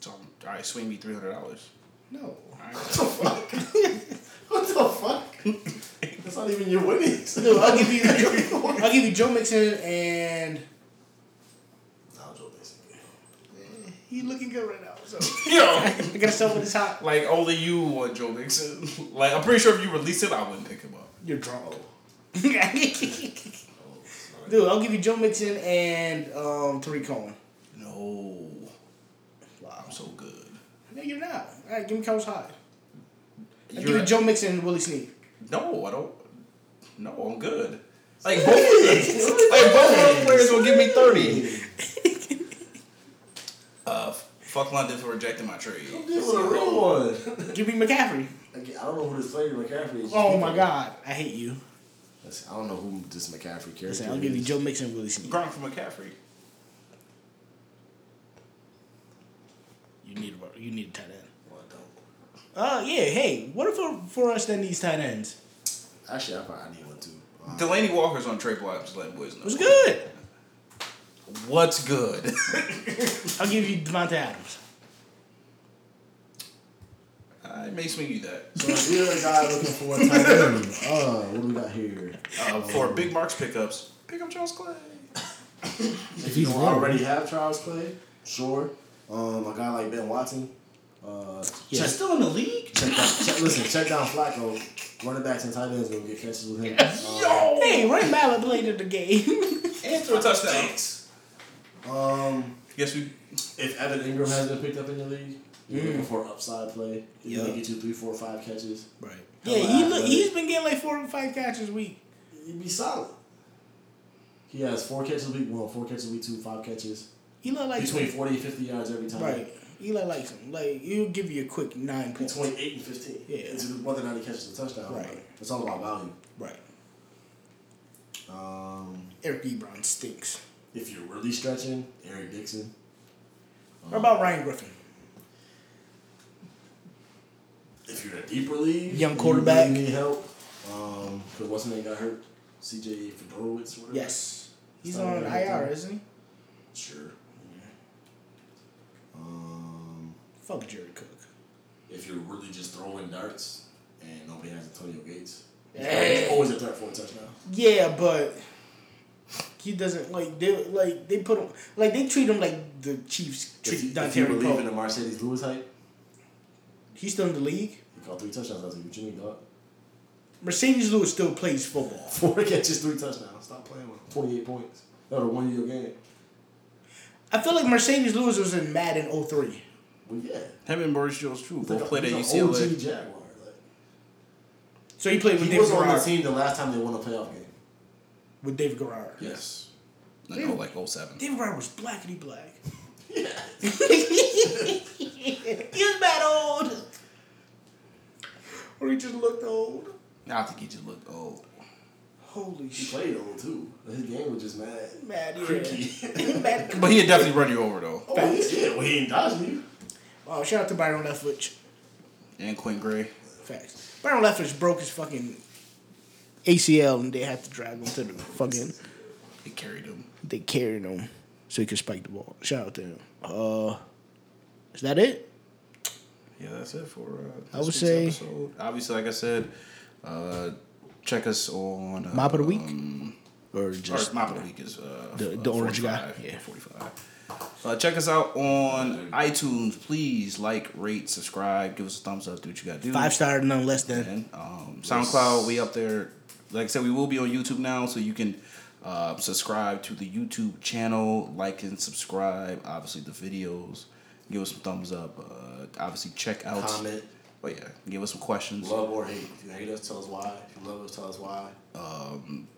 Speaker 3: So, all right, swing me three hundred dollars.
Speaker 2: No.
Speaker 3: All right.
Speaker 5: What the fuck? that's not even your winnings.
Speaker 2: Dude, I'll give you I'll give you Joe Mixon and
Speaker 5: Nah, Joe Mixon.
Speaker 2: he's looking good right now. So
Speaker 3: Yo,
Speaker 2: I gotta sell when it's hot.
Speaker 3: like only you want Joe Mixon. Like I'm pretty sure if you release him, I wouldn't pick him up.
Speaker 2: You're drunk. Dude, I'll give you Joe Mixon and um, Tariq Cohen.
Speaker 3: No,
Speaker 2: Wow.
Speaker 3: I'm so good.
Speaker 2: No, you're not. All right, give me Coach Hyde. I give
Speaker 3: You're-
Speaker 2: you Joe Mixon and Willie Sneed.
Speaker 3: No, I don't. No, I'm good. Like both of them, like both of them players will give me thirty. Uh, f- fuck London for rejecting my trade.
Speaker 5: This is a real one.
Speaker 2: Give me McCaffrey.
Speaker 5: Again, I don't know who this lady McCaffrey is.
Speaker 2: Oh my God, I hate you.
Speaker 5: Listen, I don't know who this McCaffrey character
Speaker 2: Listen, I'll give you
Speaker 5: is.
Speaker 2: Joe Mixon and Willie Sneed.
Speaker 3: Gronk for McCaffrey.
Speaker 2: You need a you need a tight end.
Speaker 5: Well, I don't.
Speaker 2: Uh, yeah. Hey, what if for, for us that needs tight ends?
Speaker 5: Actually, I probably need one too. Um,
Speaker 3: Delaney Walker's on trade block. Just letting boys know.
Speaker 2: What's good?
Speaker 3: What's good?
Speaker 2: I'll give you Devontae Adams.
Speaker 3: I may swing you that.
Speaker 5: so if you're a guy looking for a tight end, uh, what do we got here?
Speaker 3: Uh, for Big Mark's pickups, pick up Charles Clay.
Speaker 5: If you don't already have Charles Clay, sure. Um, a guy like Ben Watson. Uh,
Speaker 2: Yeah.
Speaker 3: still in the league?
Speaker 5: check down, check, listen, check down Flacco. Running backs and tight ends will get catches with him. Uh,
Speaker 3: Yo!
Speaker 2: Hey, Ray Mallett played in the game.
Speaker 3: And throw touchdowns.
Speaker 5: um,
Speaker 3: Yes, we.
Speaker 5: if Evan Ingram has been picked up in the league, you're looking
Speaker 2: Mm.
Speaker 5: for upside play. He's
Speaker 2: Yeah.
Speaker 5: gonna get you three, four, five catches.
Speaker 2: right.
Speaker 5: Hell
Speaker 2: Yeah, he
Speaker 5: yeah,
Speaker 2: look,
Speaker 5: brother.
Speaker 2: he's been getting like four or five catches a week.
Speaker 5: He'd be solid. He has four catches week one, four catches week two, five catches.
Speaker 2: Eli likes
Speaker 5: Between
Speaker 2: him.
Speaker 5: 40 and 50 yards every time.
Speaker 2: Right. Eli likes him. Like he'll give you a quick nine points.
Speaker 5: Between 8 and 15.
Speaker 2: Yeah.
Speaker 5: It's whether or not he catches a touchdown.
Speaker 2: Right.
Speaker 5: It's all about value.
Speaker 2: Right.
Speaker 5: Um,
Speaker 2: Eric Ebron stinks.
Speaker 5: if you're really stretching, Eric Dixon.
Speaker 2: What about Ryan Griffin?
Speaker 5: If you're in a deeper league,
Speaker 2: Young
Speaker 5: you
Speaker 2: quarterback.
Speaker 5: really need help. Um, because what's his name got hurt? CJ Fedorowicz, whatever.
Speaker 2: Yes. He's
Speaker 5: Sorry,
Speaker 2: on
Speaker 5: Ryan
Speaker 2: IR,
Speaker 5: Griffin.
Speaker 2: isn't he?
Speaker 5: Sure. Um,
Speaker 2: Fuck Jerry Cook.
Speaker 5: if you're really just throwing darts and nobody has Antonio Gates,
Speaker 2: Eh.
Speaker 5: it's always a threat for a touchdown.
Speaker 2: Yeah, but he doesn't like they like they put him like they treat him like the Chiefs
Speaker 5: If you,
Speaker 2: treat
Speaker 5: if you
Speaker 2: Dontari
Speaker 5: believe in
Speaker 2: Poe.
Speaker 5: the Mercedes Lewis hype,
Speaker 2: He's still in the league.
Speaker 5: He caught three touchdowns last week. What you mean, dog?
Speaker 2: Mercedes Lewis still plays football.
Speaker 5: Four catches, three touchdowns. Stop playing with him. 28 points. That was a one year game.
Speaker 2: I feel like Mercedes Lewis was in Madden 03.
Speaker 5: Well, yeah.
Speaker 3: Him and Mauricio True both
Speaker 5: He's
Speaker 3: played at
Speaker 5: an OG
Speaker 3: UCLA.
Speaker 5: Jaguar. Like,
Speaker 2: So he played with
Speaker 5: he
Speaker 2: Dave
Speaker 5: was on the
Speaker 2: Garrard.
Speaker 5: team the last time they won a playoff game.
Speaker 2: With Dave Garrard.
Speaker 3: Yes. Like, oh, like 07.
Speaker 2: Dave Garrard was blackety black. he was bad old. Or he just looked old.
Speaker 3: I think he just looked old.
Speaker 2: Holy
Speaker 5: He
Speaker 2: shit.
Speaker 5: played old too. His game was just mad.
Speaker 2: Mad, yeah.
Speaker 5: Creaky.
Speaker 2: Mad-
Speaker 3: But he'd definitely run you over, though.
Speaker 5: Oh, yeah, well, he ain't dodging you.
Speaker 2: Oh, shout out to Byron Leftwich.
Speaker 3: And Quinn Gray.
Speaker 2: Facts. Byron Leftwich broke his fucking ACL and they had to drag him to the fucking.
Speaker 3: He carried him.
Speaker 2: They carried him so he could spike the ball. Shout out to him. Uh, is that it?
Speaker 3: Yeah, that's it for uh,
Speaker 2: I
Speaker 3: this
Speaker 2: would
Speaker 3: week's
Speaker 2: say-
Speaker 3: episode. Obviously, like I said, uh, check us on. Uh,
Speaker 2: Mop of the week?
Speaker 3: um,
Speaker 2: Or
Speaker 3: or
Speaker 2: just
Speaker 3: Mop of the Week is uh,
Speaker 2: The-
Speaker 3: f-
Speaker 2: the
Speaker 3: uh,
Speaker 2: orange guy.
Speaker 3: 45,
Speaker 2: Yeah.
Speaker 3: 45. Uh, check us out on iTunes. Please like, rate, subscribe, give us a thumbs up, do what you gotta do.
Speaker 2: five star, none less than.
Speaker 3: And, um, SoundCloud, we up there. Like I said, we will be on YouTube now, so you can uh, subscribe to the YouTube channel, like and subscribe. Obviously, the videos. Give us some thumbs up. Uh, obviously, check out.
Speaker 5: Comment.
Speaker 3: Oh yeah, give us some questions.
Speaker 5: Love or hate. If you hate us, tell us why. If you love us, tell us why.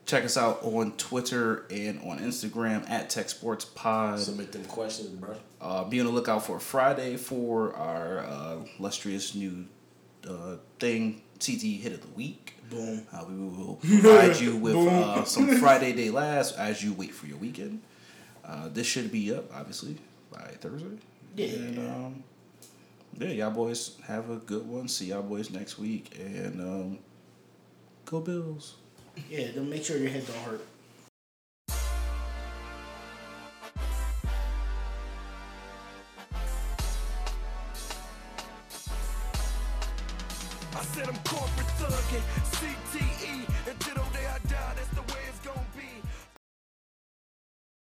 Speaker 3: Check us out on Twitter and on Instagram at Tech Sports Pod.
Speaker 5: Submit them questions, bro.
Speaker 3: Uh, be on the lookout for Friday for our uh, illustrious new uh, thing, TT Hit of the Week.
Speaker 2: Boom.
Speaker 3: Uh, we will provide you with uh, some Friday Day Last as you wait for your weekend. Uh, this should be up, obviously, by Thursday.
Speaker 2: Yeah.
Speaker 3: And, um, yeah, y'all boys have a good one. See y'all boys next week. And um, go Bills.
Speaker 2: Yeah, then make sure your head don't hurt.
Speaker 1: I said I'm corporate thugging, E, CTE